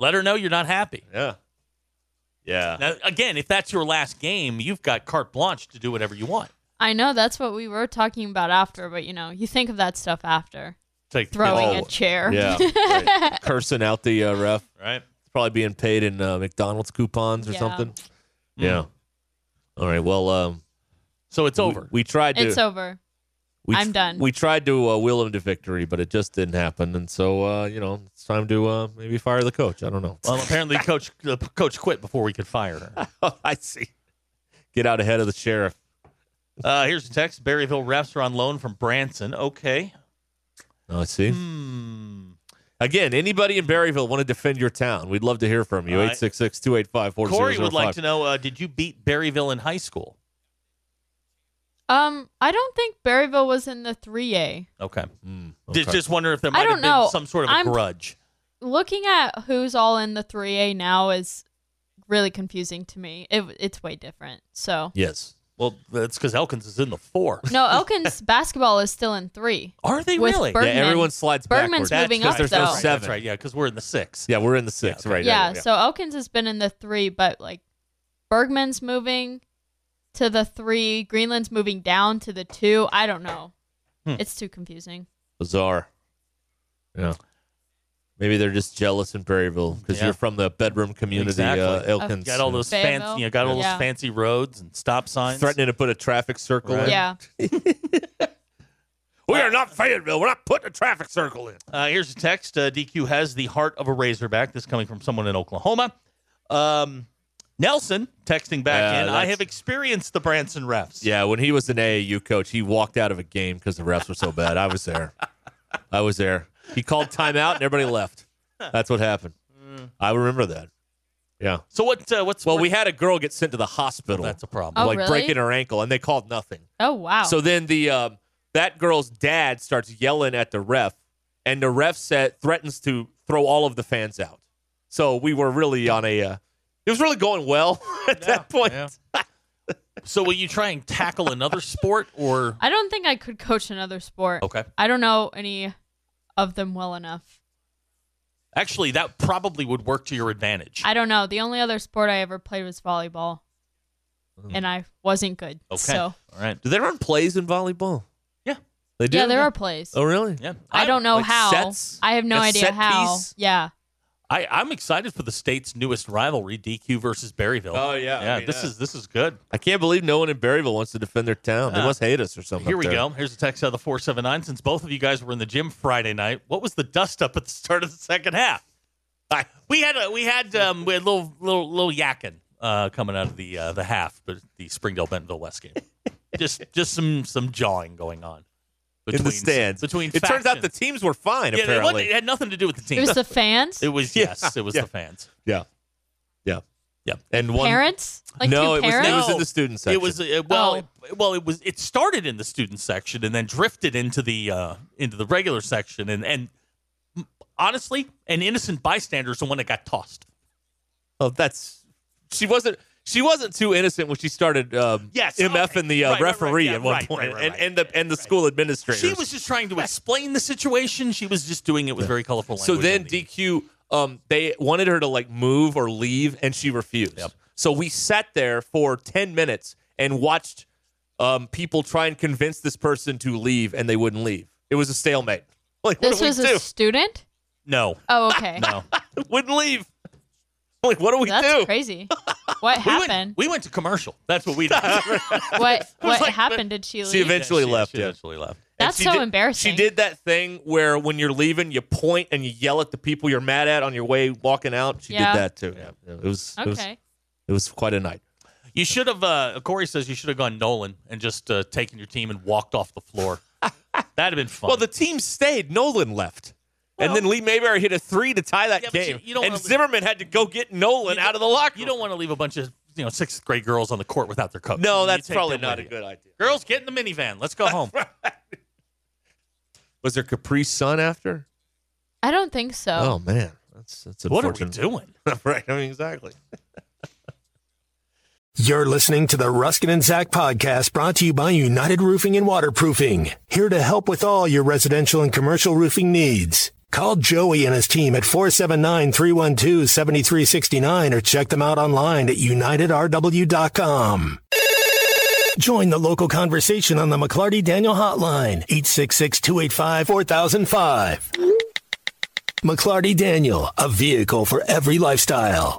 Let her know you're not happy. Yeah. Yeah. Now, again, if that's your last game, you've got carte blanche to do whatever you want. I know that's what we were talking about after, but you know, you think of that stuff after Take throwing Oh, a chair. Yeah. Right. Cursing out the uh, ref. right? Probably being paid in uh, McDonald's coupons or Yeah. something. Yeah. All right. Well, um, So it's we- over. We, tried to. It's over. We I'm done. We tried to uh, will him to victory, but it just didn't happen. And so, uh, you know, it's time to uh, maybe fire the coach. I don't know. Well, apparently, coach the p- coach quit before we could fire her. I see. Get out ahead of the sheriff. Uh, here's a text: Berryville refs are on loan from Branson. Okay. Oh, I see. Hmm. Again, anybody in Berryville want to defend your town? We'd love to hear from you. All right. Eight six six two eight five four zero zero five. Corey would like to know: uh, Did you beat Berryville in high school? Um, I don't think Berryville was in the three A. Hmm, Okay. okay. Just, just wonder if there I might have don't been know. some sort of a I'm- grudge. Looking at who's all in the three A now is really confusing to me. It, it's way different. So Yes. Well, that's because Elkins is in the four. no, Elkins basketball is still in three. Are they With really? Berg- Yeah, Bergman. everyone slides backwards. Bergman's That's moving because up, there's though. no right, seven. That's right. Yeah, because we're in the six. Yeah, we're in the six, Yeah, right? yeah, yeah. so Elkins has been in the three, but like Bergman's moving to the three, Greenland's moving down to the two. I don't know. Hmm. It's too confusing. Bizarre. Yeah. Maybe they're just jealous in Berryville because Yeah. you're from the bedroom community, uh, Exactly. Elkins. Got all those Fayetteville. fancy, you know, got all those Yeah. fancy roads and stop signs. threatening to put a traffic circle Right. in. Yeah. We are not Fayetteville. We're not putting a traffic circle in. Uh, here's a text. Uh, DQ has the heart of a Razorback. This coming from someone in Oklahoma. Um, Nelson texting back Yeah, in. I that's- have experienced the Branson refs. Yeah, when he was an AAU coach, he walked out of a game because the refs were so bad. I was there. I was there. He called timeout and everybody left. That's what happened. I remember that. Yeah. Mm. So what? Uh, what's Well, we had a girl get sent to the hospital. that's a problem. Oh, like really? breaking her ankle, and they called nothing. Oh wow. So then the um, that girl's dad starts yelling at the ref, and the ref set threatens to throw all of the fans out. So we were really on a. Uh, it was really going well at that point. yeah. So will you try and tackle another sport or? I don't think I could coach another sport. Okay. I don't know any of them well enough. Actually, that probably would work to your advantage. I don't know. The only other sport I ever played was volleyball. Hmm. And I wasn't good. okay. So All right. Do they run plays in volleyball? Yeah. they do. yeah, there are plays. Oh, really? Yeah. I don't know like how. sets? I have no Like a idea set how. piece? Yeah. I, I'm excited for the state's newest rivalry, DQ versus Berryville. Oh, yeah. I yeah. mean, this yeah. is this is good. I can't believe no one in Berryville wants to defend their town. They Yeah. must hate us or something. Uh, Here up we there. go. Here's a text out of the 479. Since both of you guys were in the gym Friday night, what was the dust up at the start of the second half? I, we had a, we had um, we had a little little little yakking uh, coming out of the uh, the half, but the Springdale Bentonville West game. just just some some jawing going on in the stands. between. it turns out the factions. teams were fine. yeah, it, wasn't- apparently, it had nothing to do with the team. It was the fans, It was- Yeah, yes, it was yeah. the fans. yeah, yeah, yeah. And one parents, like no, two it was, parents. it was in the student section. It was uh, Oh. well, it- well, it was it started in the student section and then drifted into the uh, into the regular section and and honestly, an innocent bystander is the one that got tossed. Oh, that's she wasn't. She wasn't too innocent when she started um, Yes, MF okay. and the uh, Right, right, right, referee yeah, at one right, point, right, right, and, right. and the and the school administrator. She was just trying to explain the situation. She was just doing it with very colorful language. so then on the- DQ. Um, they wanted her to like move or leave, and she refused. So we sat there for ten minutes and watched um, people try and convince this person to leave, and they wouldn't leave. It was a stalemate. Like what this do we was do? a student. no, Oh, okay. no. wouldn't leave. Like what do we That's do? crazy. What We happened? went, we went to commercial. That's what we did. what what like- happened? Did she leave? She eventually She- left. She yeah. eventually left. And That's she so did- embarrassing. She did that thing where when you're leaving, you point and you yell at the people you're mad at on your way walking out. She Yeah. did that too. Yeah. It was it was, Okay. it was quite a night. You should have. Uh, Corey says you should have gone Nolan and just uh, taken your team and walked off the floor. That'd have been fun. Well, the team stayed. Nolan left. and then Lee Mayberry hit a three to tie that Yeah, but you- game. you don't and wanna- Zimmerman had to go get Nolan You out don't- of the locker. You don't want to leave a bunch of you know sixth grade girls on the court without their coach. room. No, You that's take probably them not a with you. good idea. Girls, get in the minivan. Let's go home. Was there Capri Sun after? I don't think so. Oh man. That's that's what are we unfortunate. doing? right. I mean exactly. You're listening to the Ruskin and Zach podcast brought to you by United Roofing and Waterproofing, here to help with all your residential and commercial roofing needs. Call Joey and his team at 479-312-7369 or check them out online at unitedrw.com. Join the local conversation on the McClarty Daniel Hotline, 866-285-4005. McClarty Daniel, a vehicle for every lifestyle.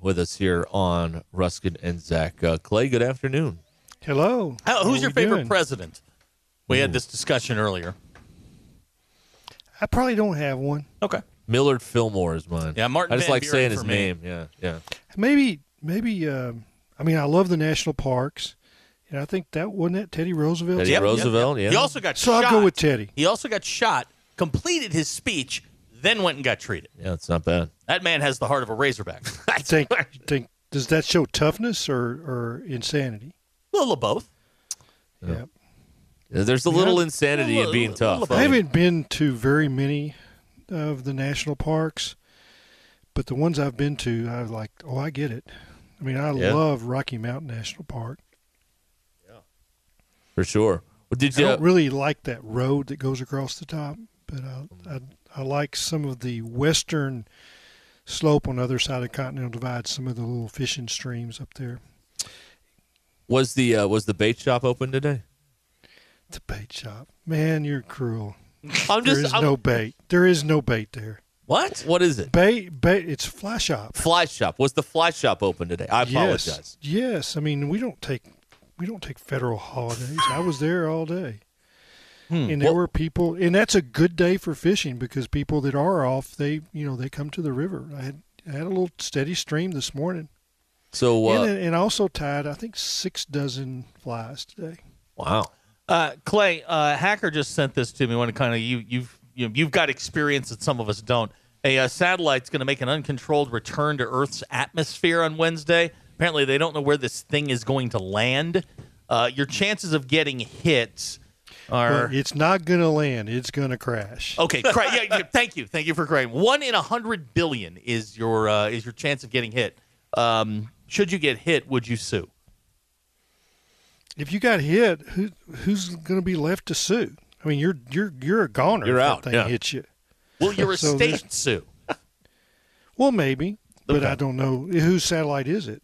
with us here on Ruskin and Zach. Uh, Clay, good afternoon. Hello. How- How who's are your we favorite doing? president? We had this discussion earlier. I probably don't have one. Okay. Millard Fillmore is mine. Yeah, Martin I just Van like Buren saying his for me. name. Yeah, yeah. Maybe, maybe. Um, I mean, I love the national parks, and I think that wasn't it Teddy Roosevelt. Teddy Roosevelt. Yeah. He also got So I'll shot. go with Teddy. He also got shot, completed his speech, then went and got treated. yeah, it's not bad. That man has the heart of a razorback. I think. you think does that show toughness or or insanity? little of both. Yeah. There's a little insanity in Little- being tough. I haven't been to very many of the national parks, but the ones I've been to, I was like. Oh, I get it. I mean, I Yeah. love Rocky Mountain National Park. for sure. Well, did uh, I you? don't really like that road that goes across the top, but uh, I, I, I like some of the western slope on the other side of the Continental Divide, some of the little fishing streams up there. was the uh, was the bait shop open today? The bait shop. Man, you're cruel. I'm There is no bait. There is no bait there. what? What is it? Bait, bait, it's fly shop. Fly shop. Was the fly shop open today? I apologize. Yes. Yes. I mean, we don't take we don't take federal holidays. I was there all day. Hmm. And there Well- were people and that's a good day for fishing because people that are off, they, you know, they come to the river. I had I had a little steady stream this morning. So uh, And, and I also tied I think 6 dozen flies today. wow. Uh, Clay, uh, Hacker just sent this to me. When kind of you, you've you know, you've got experience that some of us don't. A uh, satellite's going to make an uncontrolled return to Earth's atmosphere on Wednesday. Apparently, they don't know where this thing is going to land. Uh, your chances of getting hit Are- But it's not going to land. It's going to crash. Okay, cra- yeah, yeah, thank you, thank you for correcting. One in a hundred billion is your uh, is your chance of getting hit. Um, should you get hit, would you sue? If you got hit, who who's going to be left to sue? I mean, you're you're you're a goner. You're if out, That thing yeah. hits you. Will your So there's- estate sue? Well, maybe, but I don't know whose satellite is it.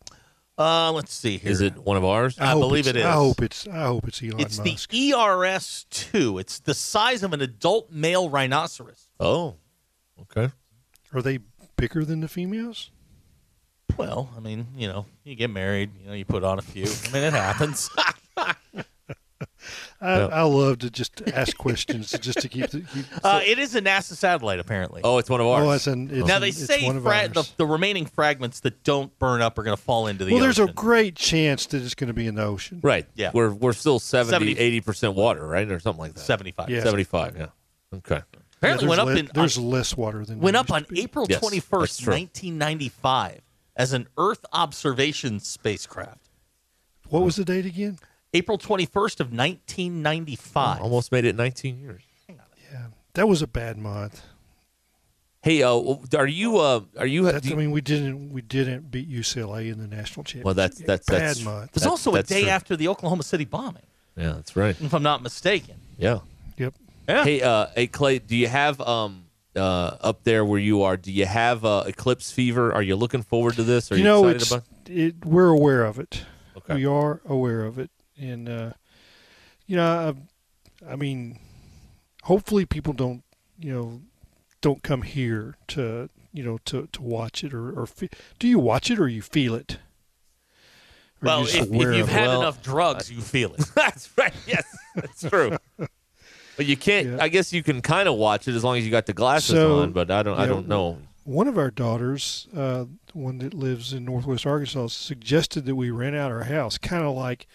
Uh, let's see here. Is it one of ours? hope believe it's- it is. I hope it's. I hope it's Elon It's Musk. the ERS two. It's the size of an adult male rhinoceros. Oh, okay. Are they bigger than the females? Well, I mean, you know, you get married, you know, you put on a few. I mean, it happens. I, Yeah. I love to just ask questions just to keep. The, keep Uh, it is a NASA satellite, apparently. Oh, it's one of ours. Oh, it's an- it's now an- they it's say one of fra- the, ours. the remaining fragments that don't burn up are going to fall into the well, there's ocean. a great chance that it's going to be in the ocean. Right. Yeah. We're we're still 70, 70 80% water, right? Or something like that. 75. Yeah. 75, yeah. Okay. Yeah, Apparently there's went up le- in there's on, less water than went there up on April Yes, twenty that's first, true. nineteen ninety five, as an Earth observation spacecraft. used- What was the date again? April twenty first of nineteen ninety five. Almost made it 19 years. Yeah, that was a bad month. Hey, uh, are you uh, are you, That's, do I you- mean, we didn't we didn't beat UCLA in the national championship. Well, that's that's bad that's month. It was that- also a that's day true. after the Oklahoma City bombing, Yeah, that's right. if I'm not mistaken. Yeah. Yep. Yeah. Hey, uh, hey Clay, do you have um uh up there where you are? Do you have uh, eclipse fever? Are you looking forward to this? Are you, you know, excited it's about? it, we're aware of it. Okay. We are aware of it, and uh, you know, I, I mean, hopefully people don't you know don't come here to you know to, to watch it or or fe- do you watch it or you feel it? Or Well, you if, just if aware you've of had it? Well, enough drugs, you feel it. That's right. Yes, that's true. but you can't. Yeah. I guess you can kind of watch it as long as you got the glasses So, on. But I don't. I you know, don't know. one of our daughters, uh, one that lives in Northwest Arkansas, suggested that we rent out our house, kind of like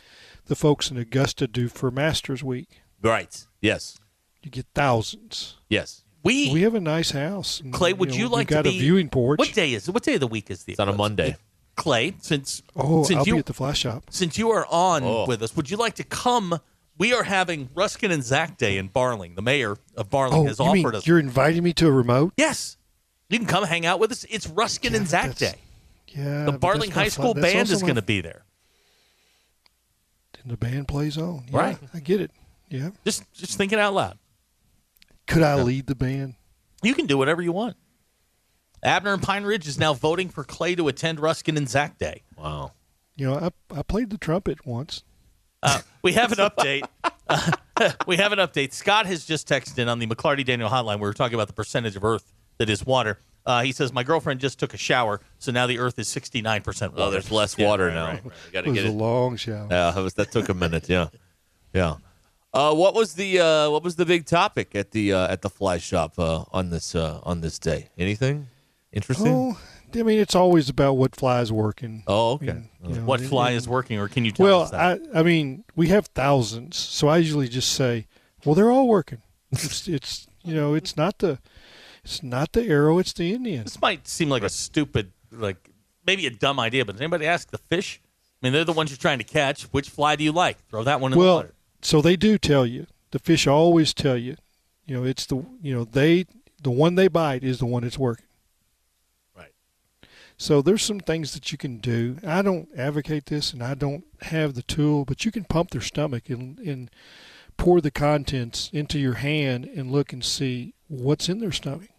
the folks in Augusta do for Masters Week. Right. Yes. You get thousands. Yes. We, We have a nice house. and, Clay, would you, know, like we've got to be a viewing porch? What day is it? What day of the week is the? It's on a eclipse? Monday. Clay, since Oh, since I'll you be at the fly shop. since you are on Oh. with us, would you like to come? We are having Ruskin and Zach Day in Barling. The mayor of Barling Oh, has you offered mean us. you're inviting me to a remote? Yes, you can come hang out with us. It's Ruskin and Zach that's- Day. Yeah. The but Barling that's my High fly- School that's band also is my- going to be there. And the band plays on. Yeah, Right. I get it. Yeah. Just just thinking out loud. Could I lead the band? You can do whatever you want. Abner and Pine Ridge is now voting for Clay to attend Ruskin and Zach Day. Wow. You know, I I played the trumpet once. Uh, we have an update. we have an update. Scott has just texted in on the McClarty Daniel hotline. We were talking about the percentage of Earth that is water. Uh, he says, My girlfriend just took a shower, so now the Earth is 69% water. Oh, there's less Yeah, water right, now. right, right. Got It to was get a it. long shower. Yeah, that was- that took a minute. Yeah, yeah. Uh, what was the uh, what was the big topic at the uh, at the fly shop uh, on this uh, on this day? Anything interesting? Oh, I mean, it's always about what fly is working. Oh, okay. You know, Uh, What it- fly it- is working, or can you tell Well, us that? I, I mean, we have thousands, so I usually just say, "Well, they're all working." It's, it's you know, it's not the, it's not the arrow, it's the Indian. this might seem like a stupid, like maybe a dumb idea, but did anybody ask the fish? I mean, they're the ones you're trying to catch. Which fly do you like? Throw that one in the Well, water. so they do tell you. The fish always tell you. You know, it's the you know they the one they bite is the one that's working. Right. So there's some things that you can do. I don't advocate this, and I don't have the tool, but you can pump their stomach and and pour the contents into your hand and look and see what's in their stomach.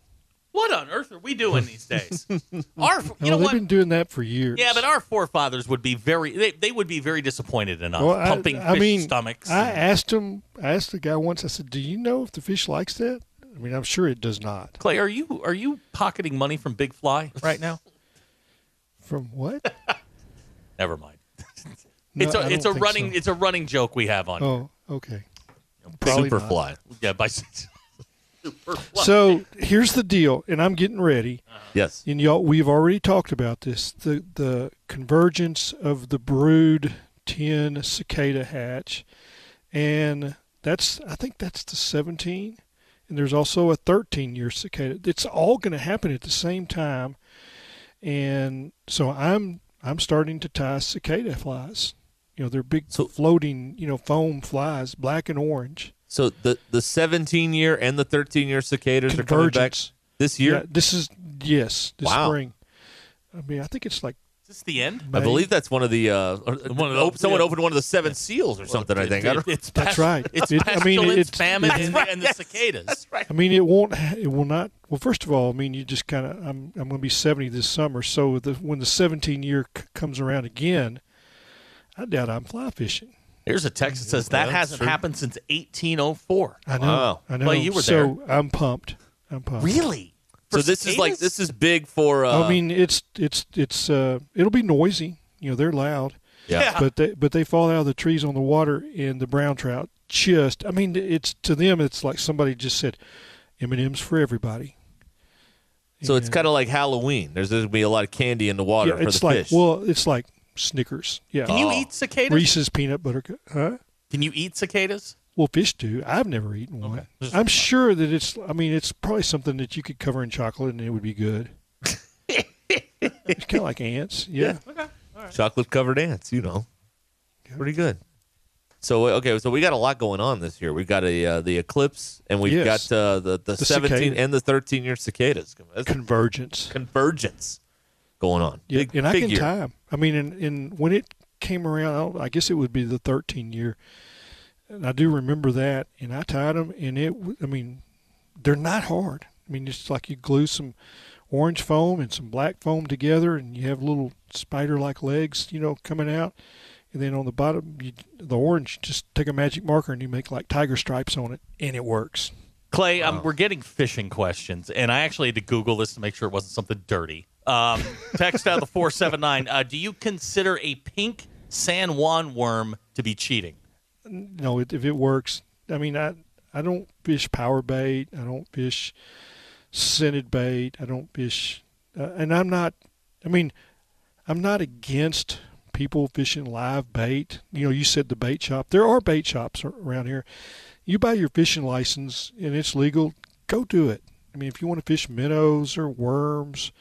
What on earth are we doing these days? our, you No, know they've what? been doing that for years. Yeah, but our forefathers would be very they, they would be very disappointed in us Well, pumping I, I fish mean, stomachs. I asked him. I asked the guy once. I said, "Do you know if the fish likes that?" I mean, I'm sure it does not. Clay, are you are you pocketing money from Big Fly right now? From what? Never mind. No, it's I a it's a don't think running so. it's a running joke we have on Oh, okay. probably not. Superfly. yeah by So here's the deal, and I'm getting ready. Yes. And y'all, we've already talked about this. The the convergence of the brood ten cicada hatch, and that's I think that's the 17, and there's also a 13 year cicada. It's all going to happen at the same time, and so I'm I'm starting to tie cicada flies. You know, they're big So- floating, you know, foam flies, black and orange. So the the 17 year and the 13 year cicadas are coming back Convergence. this year. Yeah, this is yes, this Wow. spring. I mean, I think it's like Is this the end? I May. believe that's one of the uh, one of of the- someone yeah. opened one of the seven seals or something. I think I don't- it's That's pest- right. It's It- I pestilence, mean, it's- famine, it's- and, and the cicadas. That's right. I mean, it won't. ha- It will not. Well, first of all, I mean, you just kind of. I'm. I'm going to be 70 this summer. So the, when the 17 year c- comes around again, I doubt I'm fly fishing. Here's a text that says that hasn't happened since 1804. I know. oh Wow. I know. Well, you were so I'm pumped. I'm pumped. Really? So For this is like cicadas? this is big for. Uh, I mean, it's it's it's. Uh, it'll be noisy. You know, they're loud. Yeah. But they but they fall out of the trees on the water and the brown trout. Just. I mean, it's to them. It's like somebody just said, M and M's for everybody. so it's kind of like Halloween. There's going to be a lot of candy in the water yeah, for it's the like fish. well, it's like Snickers. Yeah. Can you eat cicadas? Reese's peanut butter. cu- Huh? Can you eat cicadas? Well, fish do. I've never eaten one. Just- I'm sure that it's. I mean, it's probably something that you could cover in chocolate and it would be good. it's kind of like ants. Yeah. Chocolate covered ants, you know, pretty good. So uh, okay, so we got a lot going on this year. We've got a uh, the eclipse, and we've Yes. got uh, the the, The 17 cicada. and the 13 year cicadas. That's Convergence. convergence going on. Yeah. Big, and I big can year. time. I mean, and and when it came around, I, don't, I guess it would be the 13 year. And I do remember that. And I tied them, and it. w- I mean, they're not hard. I mean, it's like you glue some orange foam and some black foam together, and you have little spider-like legs, you know, coming out. And then on the bottom, you, the orange, just take a magic marker and you make like tiger stripes on it, and it works. Clay, Oh. um, we're getting fishing questions, and I actually had to Google this to make sure it wasn't something dirty. Um, text out of the 479. Uh, do you consider a pink San Juan worm to be cheating? No, it, if it works, I mean, I I don't fish power bait. I don't fish scented bait. I don't fish, uh, and I'm not. I mean, I'm not against people fishing live bait. You know, you said the bait shop. There are bait shops ar- around here. You buy your fishing license and it's legal. Go do it. I mean, if you want to fish minnows or worms,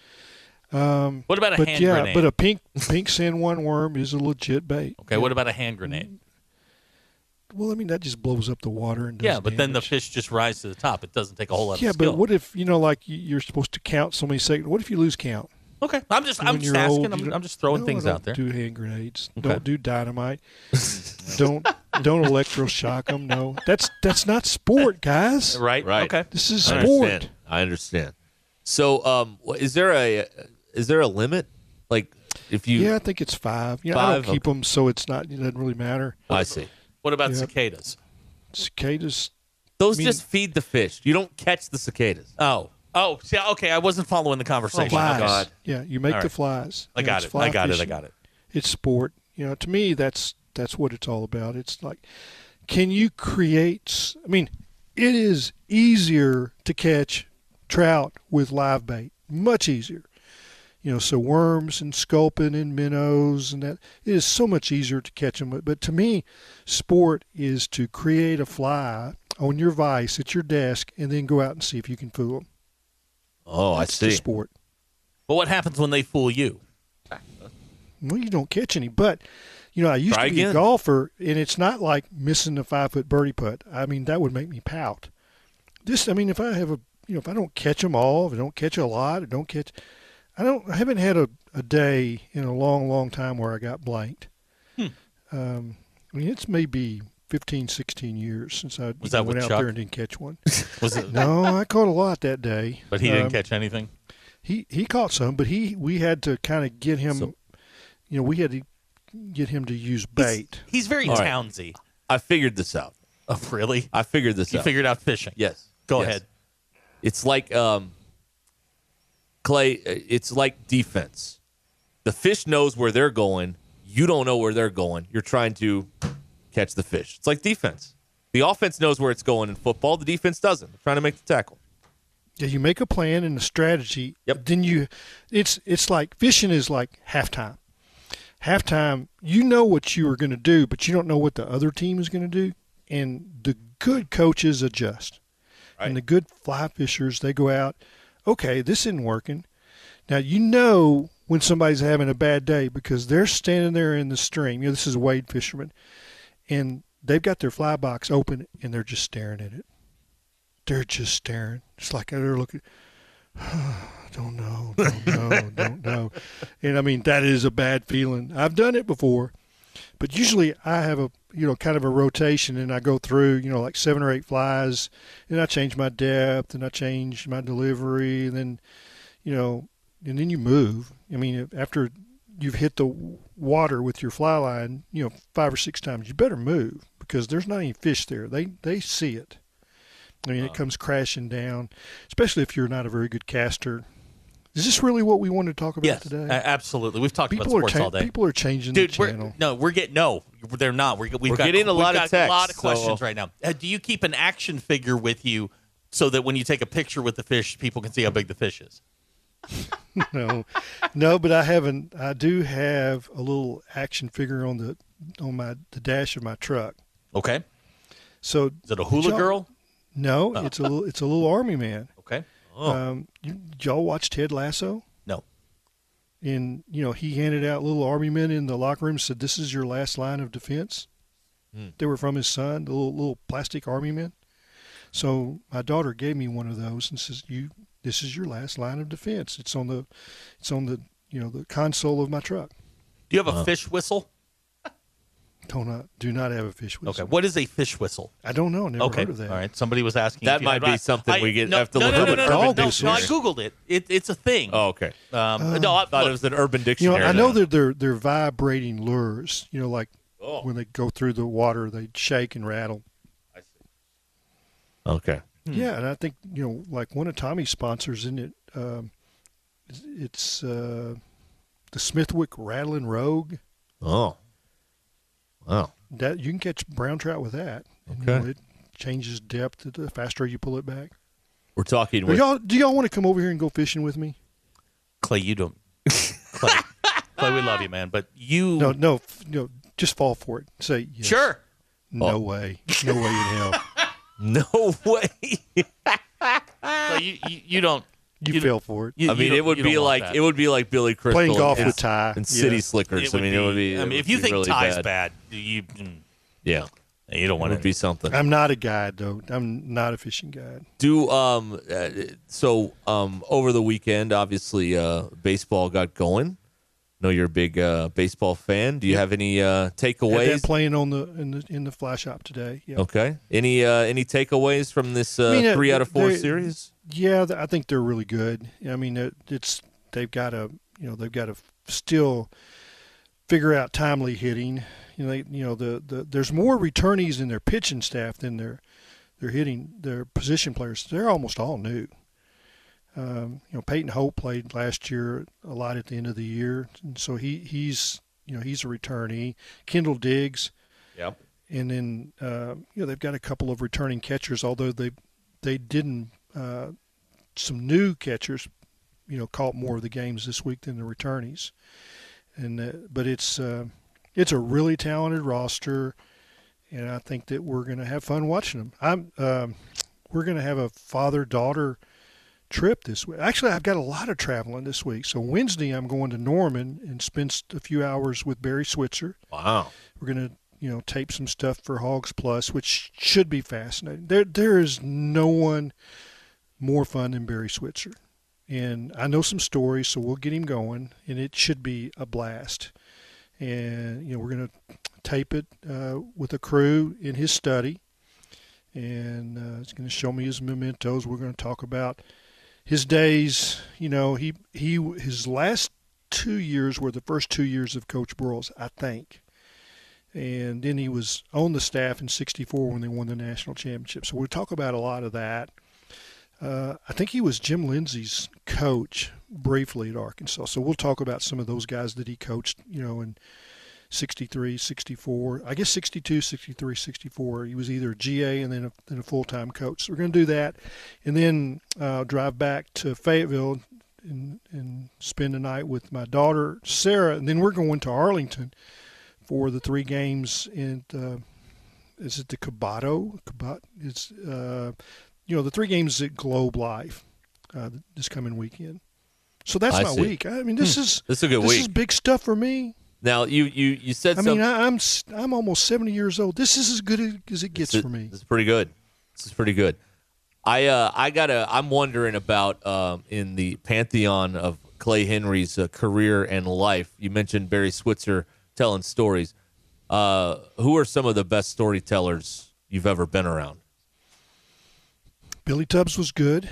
um, What about a but hand yeah, grenade? but a pink pink San Juan worm is a legit bait. okay, what about a hand Mm, grenade? Well, I mean that just blows up the water and does Yeah, but then the damage. fish just rise to the top. It doesn't take a whole lot Yeah, of skill. but what if you know, like y- you're supposed to count so many seconds? What if you lose count? okay, I'm just I'm When just you're asking. old, you I'm, don't- I'm just throwing No, things don't out there. Do hand grenades. Don't do dynamite. don't don't electroshock them. No, that's that's not sport, guys. Right. Right. Okay. This is I sport. understand. I understand. So, um, wh- is there a is there a limit? Like, if you, Yeah, I think it's five. You know, I don't Five, keep them, so it's not. It doesn't really matter. I see. What about Yeah. cicadas? Cicadas. Those mean- just feed the fish. You don't catch the cicadas. Oh. Oh, see, okay. I wasn't following the Oh conversation. Oh, Flies. Okay. Yeah, you make All the right. flies. I You know, got it's it. fly I got it. I fishing. got it. it's sport. You know, to me, that's that's what it's all about. It's like, can you create? s- I mean, it is easier to catch trout with live bait, much easier. You know, so worms and sculpin and minnows and that it is so much easier to catch them. But, but to me, sport is to create a fly on your vise at your desk and then go out and see if you can fool them. Oh, I It's the see. sport. But what happens when they fool you? Well, you don't catch any, but you know, I used Try to be again. a golfer, and it's not like missing a five foot birdie putt. I mean, that would make me pout. This, I mean, if I have a, you know, if I don't catch them all, if I don't catch a lot, I don't catch, I don't, I haven't had a, a day in a long, long time where I got blanked. Hmm. Um, I mean, it's maybe 15, 16 years since I Was that went with out Chuck? there and didn't catch one. Was it? no, I caught a lot that day. But he Um, didn't catch anything. he he caught some, but he we had to kind of get him. So- you know, we had to get him to use bait. He's very All right. townsy. I figured this out. Oh, really? I figured this You out. figured out fishing. yes. Go Yes. ahead. It's like um, Clay. uh, It's like defense. The fish knows where they're going. You don't know where they're going. You're trying to catch the fish. It's like defense. The offense knows where it's going in football. The defense doesn't. They're trying to make the tackle. Yeah, you make a plan and a strategy. Yep. Then you, it's it's like fishing is like halftime. Halftime, you know what you are going to do, but you don't know what the other team is going to do. And the good coaches adjust, and the good fly fishers they go out. Okay, this isn't working. Now you know when somebody's having a bad day because they're standing there in the stream. You know, this is a wade fisherman, and They've got their fly box open and they're just staring at it. They're just staring. It's like they're looking. don't know, don't know, don't know. And I mean that is a bad feeling. I've done it before, but usually I have a you know kind of a rotation, and I go through you know like seven or eight flies, and I change my depth, and I change my delivery, and then you know, and then you move. I mean after you've hit the water with your fly line, you know five or six times, you better move because there's not any fish there. They they see it. I mean, it comes crashing down, especially if you're not a very good caster. Is this really what we want to talk about Yes, today? a- absolutely. We've talked people about are sports cha- all day. people are changing Dude, the we're- channel. no, we're getting no, they're not. We're, we've We're got, getting a we've lot of got a lot texts, of questions so- right now. Uh, do you keep an action figure with you so that when you take a picture with the fish, people can see how big the fish is? no, no, but I haven't. I do have a little action figure on the on my the dash of my truck. Okay, So is it a hula y'all- girl? Oh. No, it's a little, it's a little army man. Okay, Um, you, y'all watch Ted Lasso? no, and you know he handed out little army men in the locker room said this is your last line of defense Hmm. they were from his son the little, little plastic army men so my daughter gave me one of those and says you this is your last line of defense it's on the it's on the you know the console of my truck do you have Uh-huh. a fish whistle? do not do not have a fish whistle Okay, what is a fish whistle? i don't know never Okay, heard of that all right. Somebody was asking. That if you might had- be something we get- have to no, look no, up no, in no, no, Urban no, no, I Dictionary. googled it. it it's a thing. Oh, okay. Um, no, I Thought look, it was an urban Uh, you know dictionary. i know that that they're they're vibrating lures you know like when they go through the water they shake and rattle Okay. Hmm. Yeah, and I think you know, like one of Tommy's sponsors, isn't it? Um, it's uh, the Smithwick Rattling Rogue. Oh. Wow. That you can catch brown trout with that. And, you Okay. know, it changes depth the faster you pull it back. We're talking Do with y'all, do y'all want to come over here and go fishing with me? Clay, you don't. Clay, Clay, we love you, man, but you No, no, f- no. Just fall for it. Say yes. sure. No Oh. way. No way in hell. no way. Clay, you, you, you don't. You, You- fell for it. you- I you mean, don't- it would you don't be want like that. it would be like Billy Crystal Playing golf and, with Ty. and City Yeah. Slickers. I mean, it would be. I mean, it if would you be think really Ty's bad. bad, you mm, yeah, you don't it want to would be. be something. I'm not a guide though. I'm not a fishing guide. Do um uh, so um over the weekend, obviously, uh, baseball got going. know you're a big uh, baseball fan. Do you have any uh, Had takeaways? that playing on the in the in the fly shop today. Yeah. Okay. Any uh, any takeaways from this uh, mean, uh, three out of four they- series? Yeah, th- I think they're really good. I mean, it, it's they've got to you know they've got to still figure out timely hitting. You know, they, you know the, the there's more returnees in their pitching staff than their their hitting their position players. They're almost all new. Um, you know, Peyton Hope played last year a lot at the end of the year, and so he he's you know he's a returnee. Kendall Diggs, Yep. and then uh, you know they've got a couple of returning catchers, although they they didn't uh, some new catchers, you know, caught more of the games this week than the returnees. And uh, but it's uh, it's a really talented roster, and I think that we're going to have fun watching them. I'm um, we're going to have a father daughter trip this week. Actually, I've got a lot of traveling this week. So Wednesday, I'm going to Norman and spend a few hours with Barry Switzer. Wow. We're gonna, you know, tape some stuff for Hogs Plus, which should be fascinating. There, there is no one more fun than Barry Switzer, and I know some stories, so we'll get him going, and it should be a blast. And you know, we're gonna tape it uh, with a crew in his study, and uh, it's gonna show me his mementos. We're gonna talk about his days. You know, he he his last two years were the first two years of Coach Broyles, I think and then he was on the staff in '64 when they won the national championship. So we'll talk about a lot of that. Uh, I think he was Jim Lindsey's coach briefly at Arkansas. So we'll talk about some of those guys that he coached, you know, in 63, 64, I guess 62, 63, 64. He was either a GA and then a, then a full time coach. So we're going to do that. And then uh, drive back to Fayetteville and, and spend the night with my daughter, Sarah. And then we're going to Arlington for the three games in uh, is it the Cabato? Cabat it's uh, you know the three games at Globe Life uh, this coming weekend. So that's I my see. Hmm. week. I mean, this is This is a good this week. is big stuff for me. Now you you you said I something. mean, I, I'm s- I'm almost 70 years old. This is as good as it gets for me. This is pretty good. This is pretty good. I uh, I gotta. I'm wondering about um, in the pantheon of Clay Henry's uh, career and life. You mentioned Barry Switzer telling stories. Uh, who are some of the best storytellers you've ever been around? Billy Tubbs was good.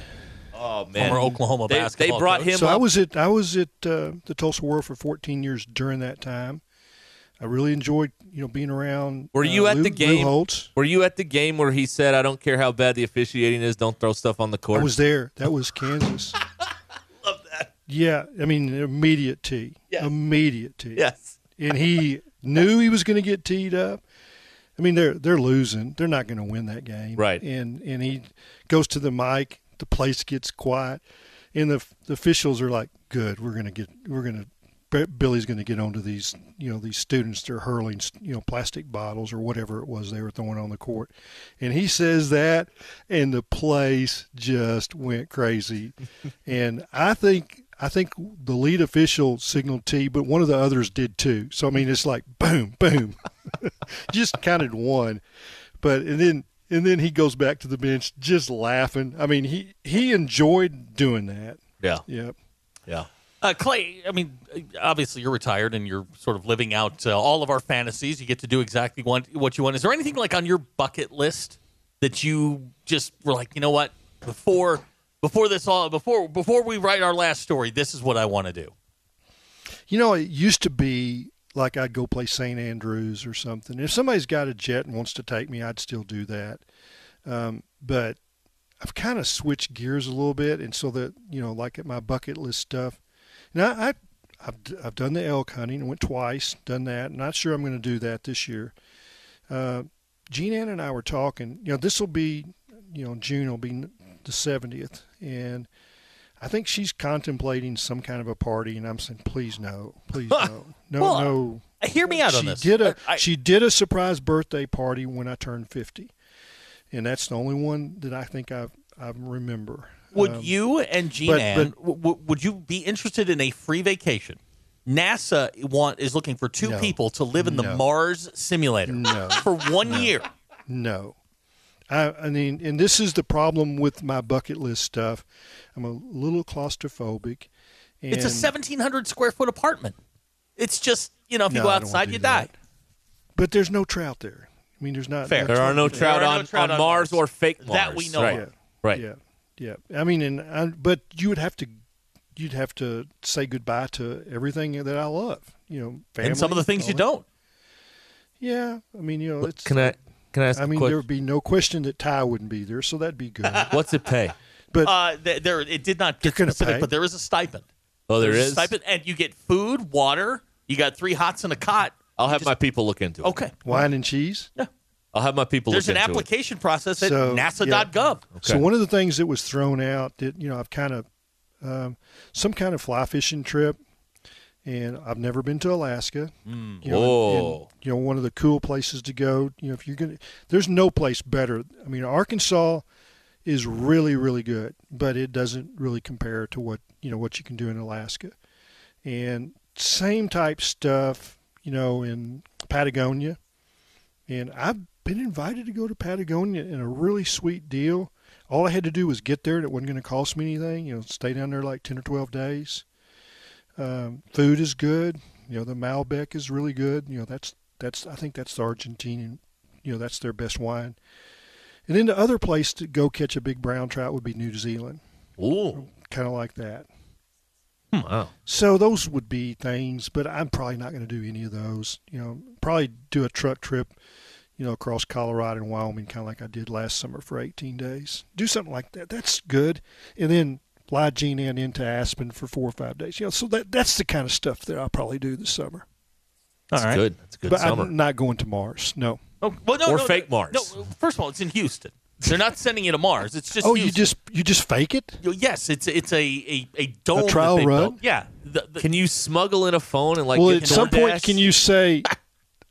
Oh Former Oklahoma they, basketball They brought coach. him. So up. I was at I was at uh, the Tulsa World for 14 years during that time. I really enjoyed you know being around. Were uh, you at Lou- the game? Lou Holtz. Were you at the game where he said, "I don't care how bad the officiating is, don't throw stuff on the I court"? was there. That was Kansas. Love that. Yeah, I mean immediate tee. Immediate tee. Yes. And he knew he was going to get teed up. I mean they're they're losing. They're not going to win that game. Right. And and he goes to the mic. The place gets quiet, and the, the officials are like, "Good, we're going to get we're going to." Billy's going to get onto these, you know, these students. They're hurling, you know, plastic bottles or whatever it was they were throwing on the court, and he says that, and the place just went crazy, and I think I think the lead official signaled T, but one of the others did too. So I mean, it's like boom, boom, just counted one, but and then and then he goes back to the bench just laughing. I mean, he he enjoyed doing that. Yeah. Yep. Yeah. Uh, Clay, I mean, obviously you're retired and you're sort of living out uh, all of our fantasies. You get to do exactly what what you want. Is there anything like on your bucket list that you just were like, you know what, before before this all before before we write our last story, this is what I want to do. You know, it used to be like I'd go play St. Andrews or something. If somebody's got a jet and wants to take me, I'd still do that. Um, but I've kind of switched gears a little bit, and so that you know, like at my bucket list stuff. Now I, I've I've done the elk hunting. I went twice, done that. Not sure I'm going to do that this year. Uh, Jean Ann and I were talking. You know, this will be, you know, June will be the 70th, and I think she's contemplating some kind of a party, and I'm saying, please no, please no, no, Well, no. Hear me out she on this. Did a, I- she did a surprise birthday party when I turned 50, and that's the only one that I think I I remember. Would Um, you and Jean but- Ann, w- w- would you be interested in a free vacation? NASA want is looking for two No. people to live in the No. Mars simulator No. for one year. No. I, I mean, and this is the problem with my bucket list stuff. I'm a little claustrophobic. And It's a 1,700 square foot apartment. It's just, you know, if you No, go I don't wanna outside, do you that. die. But there's no trout there. I mean, there's not. Fair. There are no trout. trout There are on, no trout on on Mars Mars. or fake Mars. That we know Right. of. Right. Yeah, yeah. I mean, and I, but you would have to, you'd have to say goodbye to everything that I love. You know, family, and some of the things all you that. don't. Yeah, I mean, you know, it's. Can I can I ask I a mean, there question? would be no question that Ty wouldn't be there, so that'd be good. What's it pay? But Uh, th- there, it did not get gonna specific, pay. but there is a stipend. Oh, there There's is. a stipend, and you get food, water. You got three hots and a cot. I'll have my people look into it. Okay. wine and cheese. I'll have my people There's look an into it. application process at So, nasa.gov. So one of the things that was thrown out that you know I've kind of um, some kind of fly fishing trip, and I've never been to Alaska. you know, and- and, Whoa. you know one of the cool places to go. You know if you're gonna, there's no place better. I mean Arkansas is really really good, but it doesn't really compare to what you know what you can do in Alaska, and same type stuff. You know in Patagonia, and I've been invited to go to Patagonia in a really sweet deal. All I had to do was get there, and it wasn't going to cost me anything. You know, stay down there like ten or twelve days. Um, food is good. You know, the Malbec is really good. You know, that's that's I think that's the Argentinian. You know, that's their best wine. And then the other place to go catch a big brown trout would be New Zealand, Ooh. kind of like that. Wow. So those would be things, but I'm probably not going to do any of those. You know, probably do a truck trip, you know, across Colorado and Wyoming, kind of like I did last summer for 18 days. Do something like that. That's good. And then fly Gene Ann into Aspen for four or five days. You know, so that that's the kind of stuff that I'll probably do this summer. All That's good. That's a good but summer. I'm not going to Mars. No. Oh, well, no, Or no, fake no, Mars. No, first of all, it's in Houston. They're not sending you to Mars. It's just oh, you Houston. just you just fake it? Yes, it's it's a a, a dome. that trial they run? built. Yeah. The- the- Can you smuggle in a phone and like? well, get at some point, DoorDash? can you say,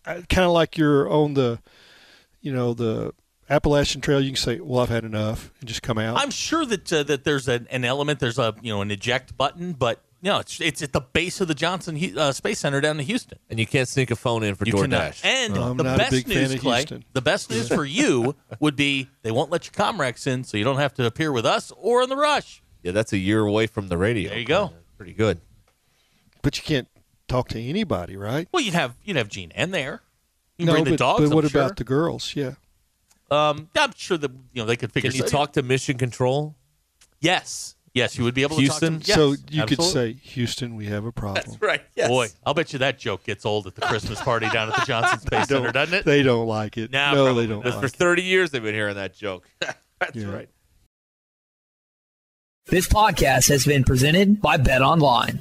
kind of like you're on the, you know, the Appalachian Trail? You can say, "Well, I've had enough," and just come out. I'm sure that uh, that there's an, an element. There's a you know an eject button, but No, it's it's at the base of the Johnson Hu- uh, Space Center down in Houston. And you can't sneak a phone in for You cannot. DoorDash. And Well, I'm the not a big best fan news, of Clay. Houston. The best news for you would be they won't let you Comrex in, so you don't have to appear with us or in the rush. Yeah, that's a year away from the radio. There you go. Pretty good. But you can't talk to anybody, right? Well, you'd have you'd have Gene in there. You no, bring but, the dogs. but what I'm sure. about the girls? Yeah. Um, I'm sure that you know they could figure. Can you some- talk to Mission Control? Yes, yes, you would be able Houston? to talk to so them. you Yes, could absolutely. say, Houston, we have a problem. Right. Yes. Boy, I'll bet you that joke gets old at the Christmas party down at the Johnson Space Center, doesn't it? They don't like it. Nah, no, probably they don't Because like for it. 30 years they've been hearing that joke. that's Yeah. right. This podcast has been presented by Bet Online.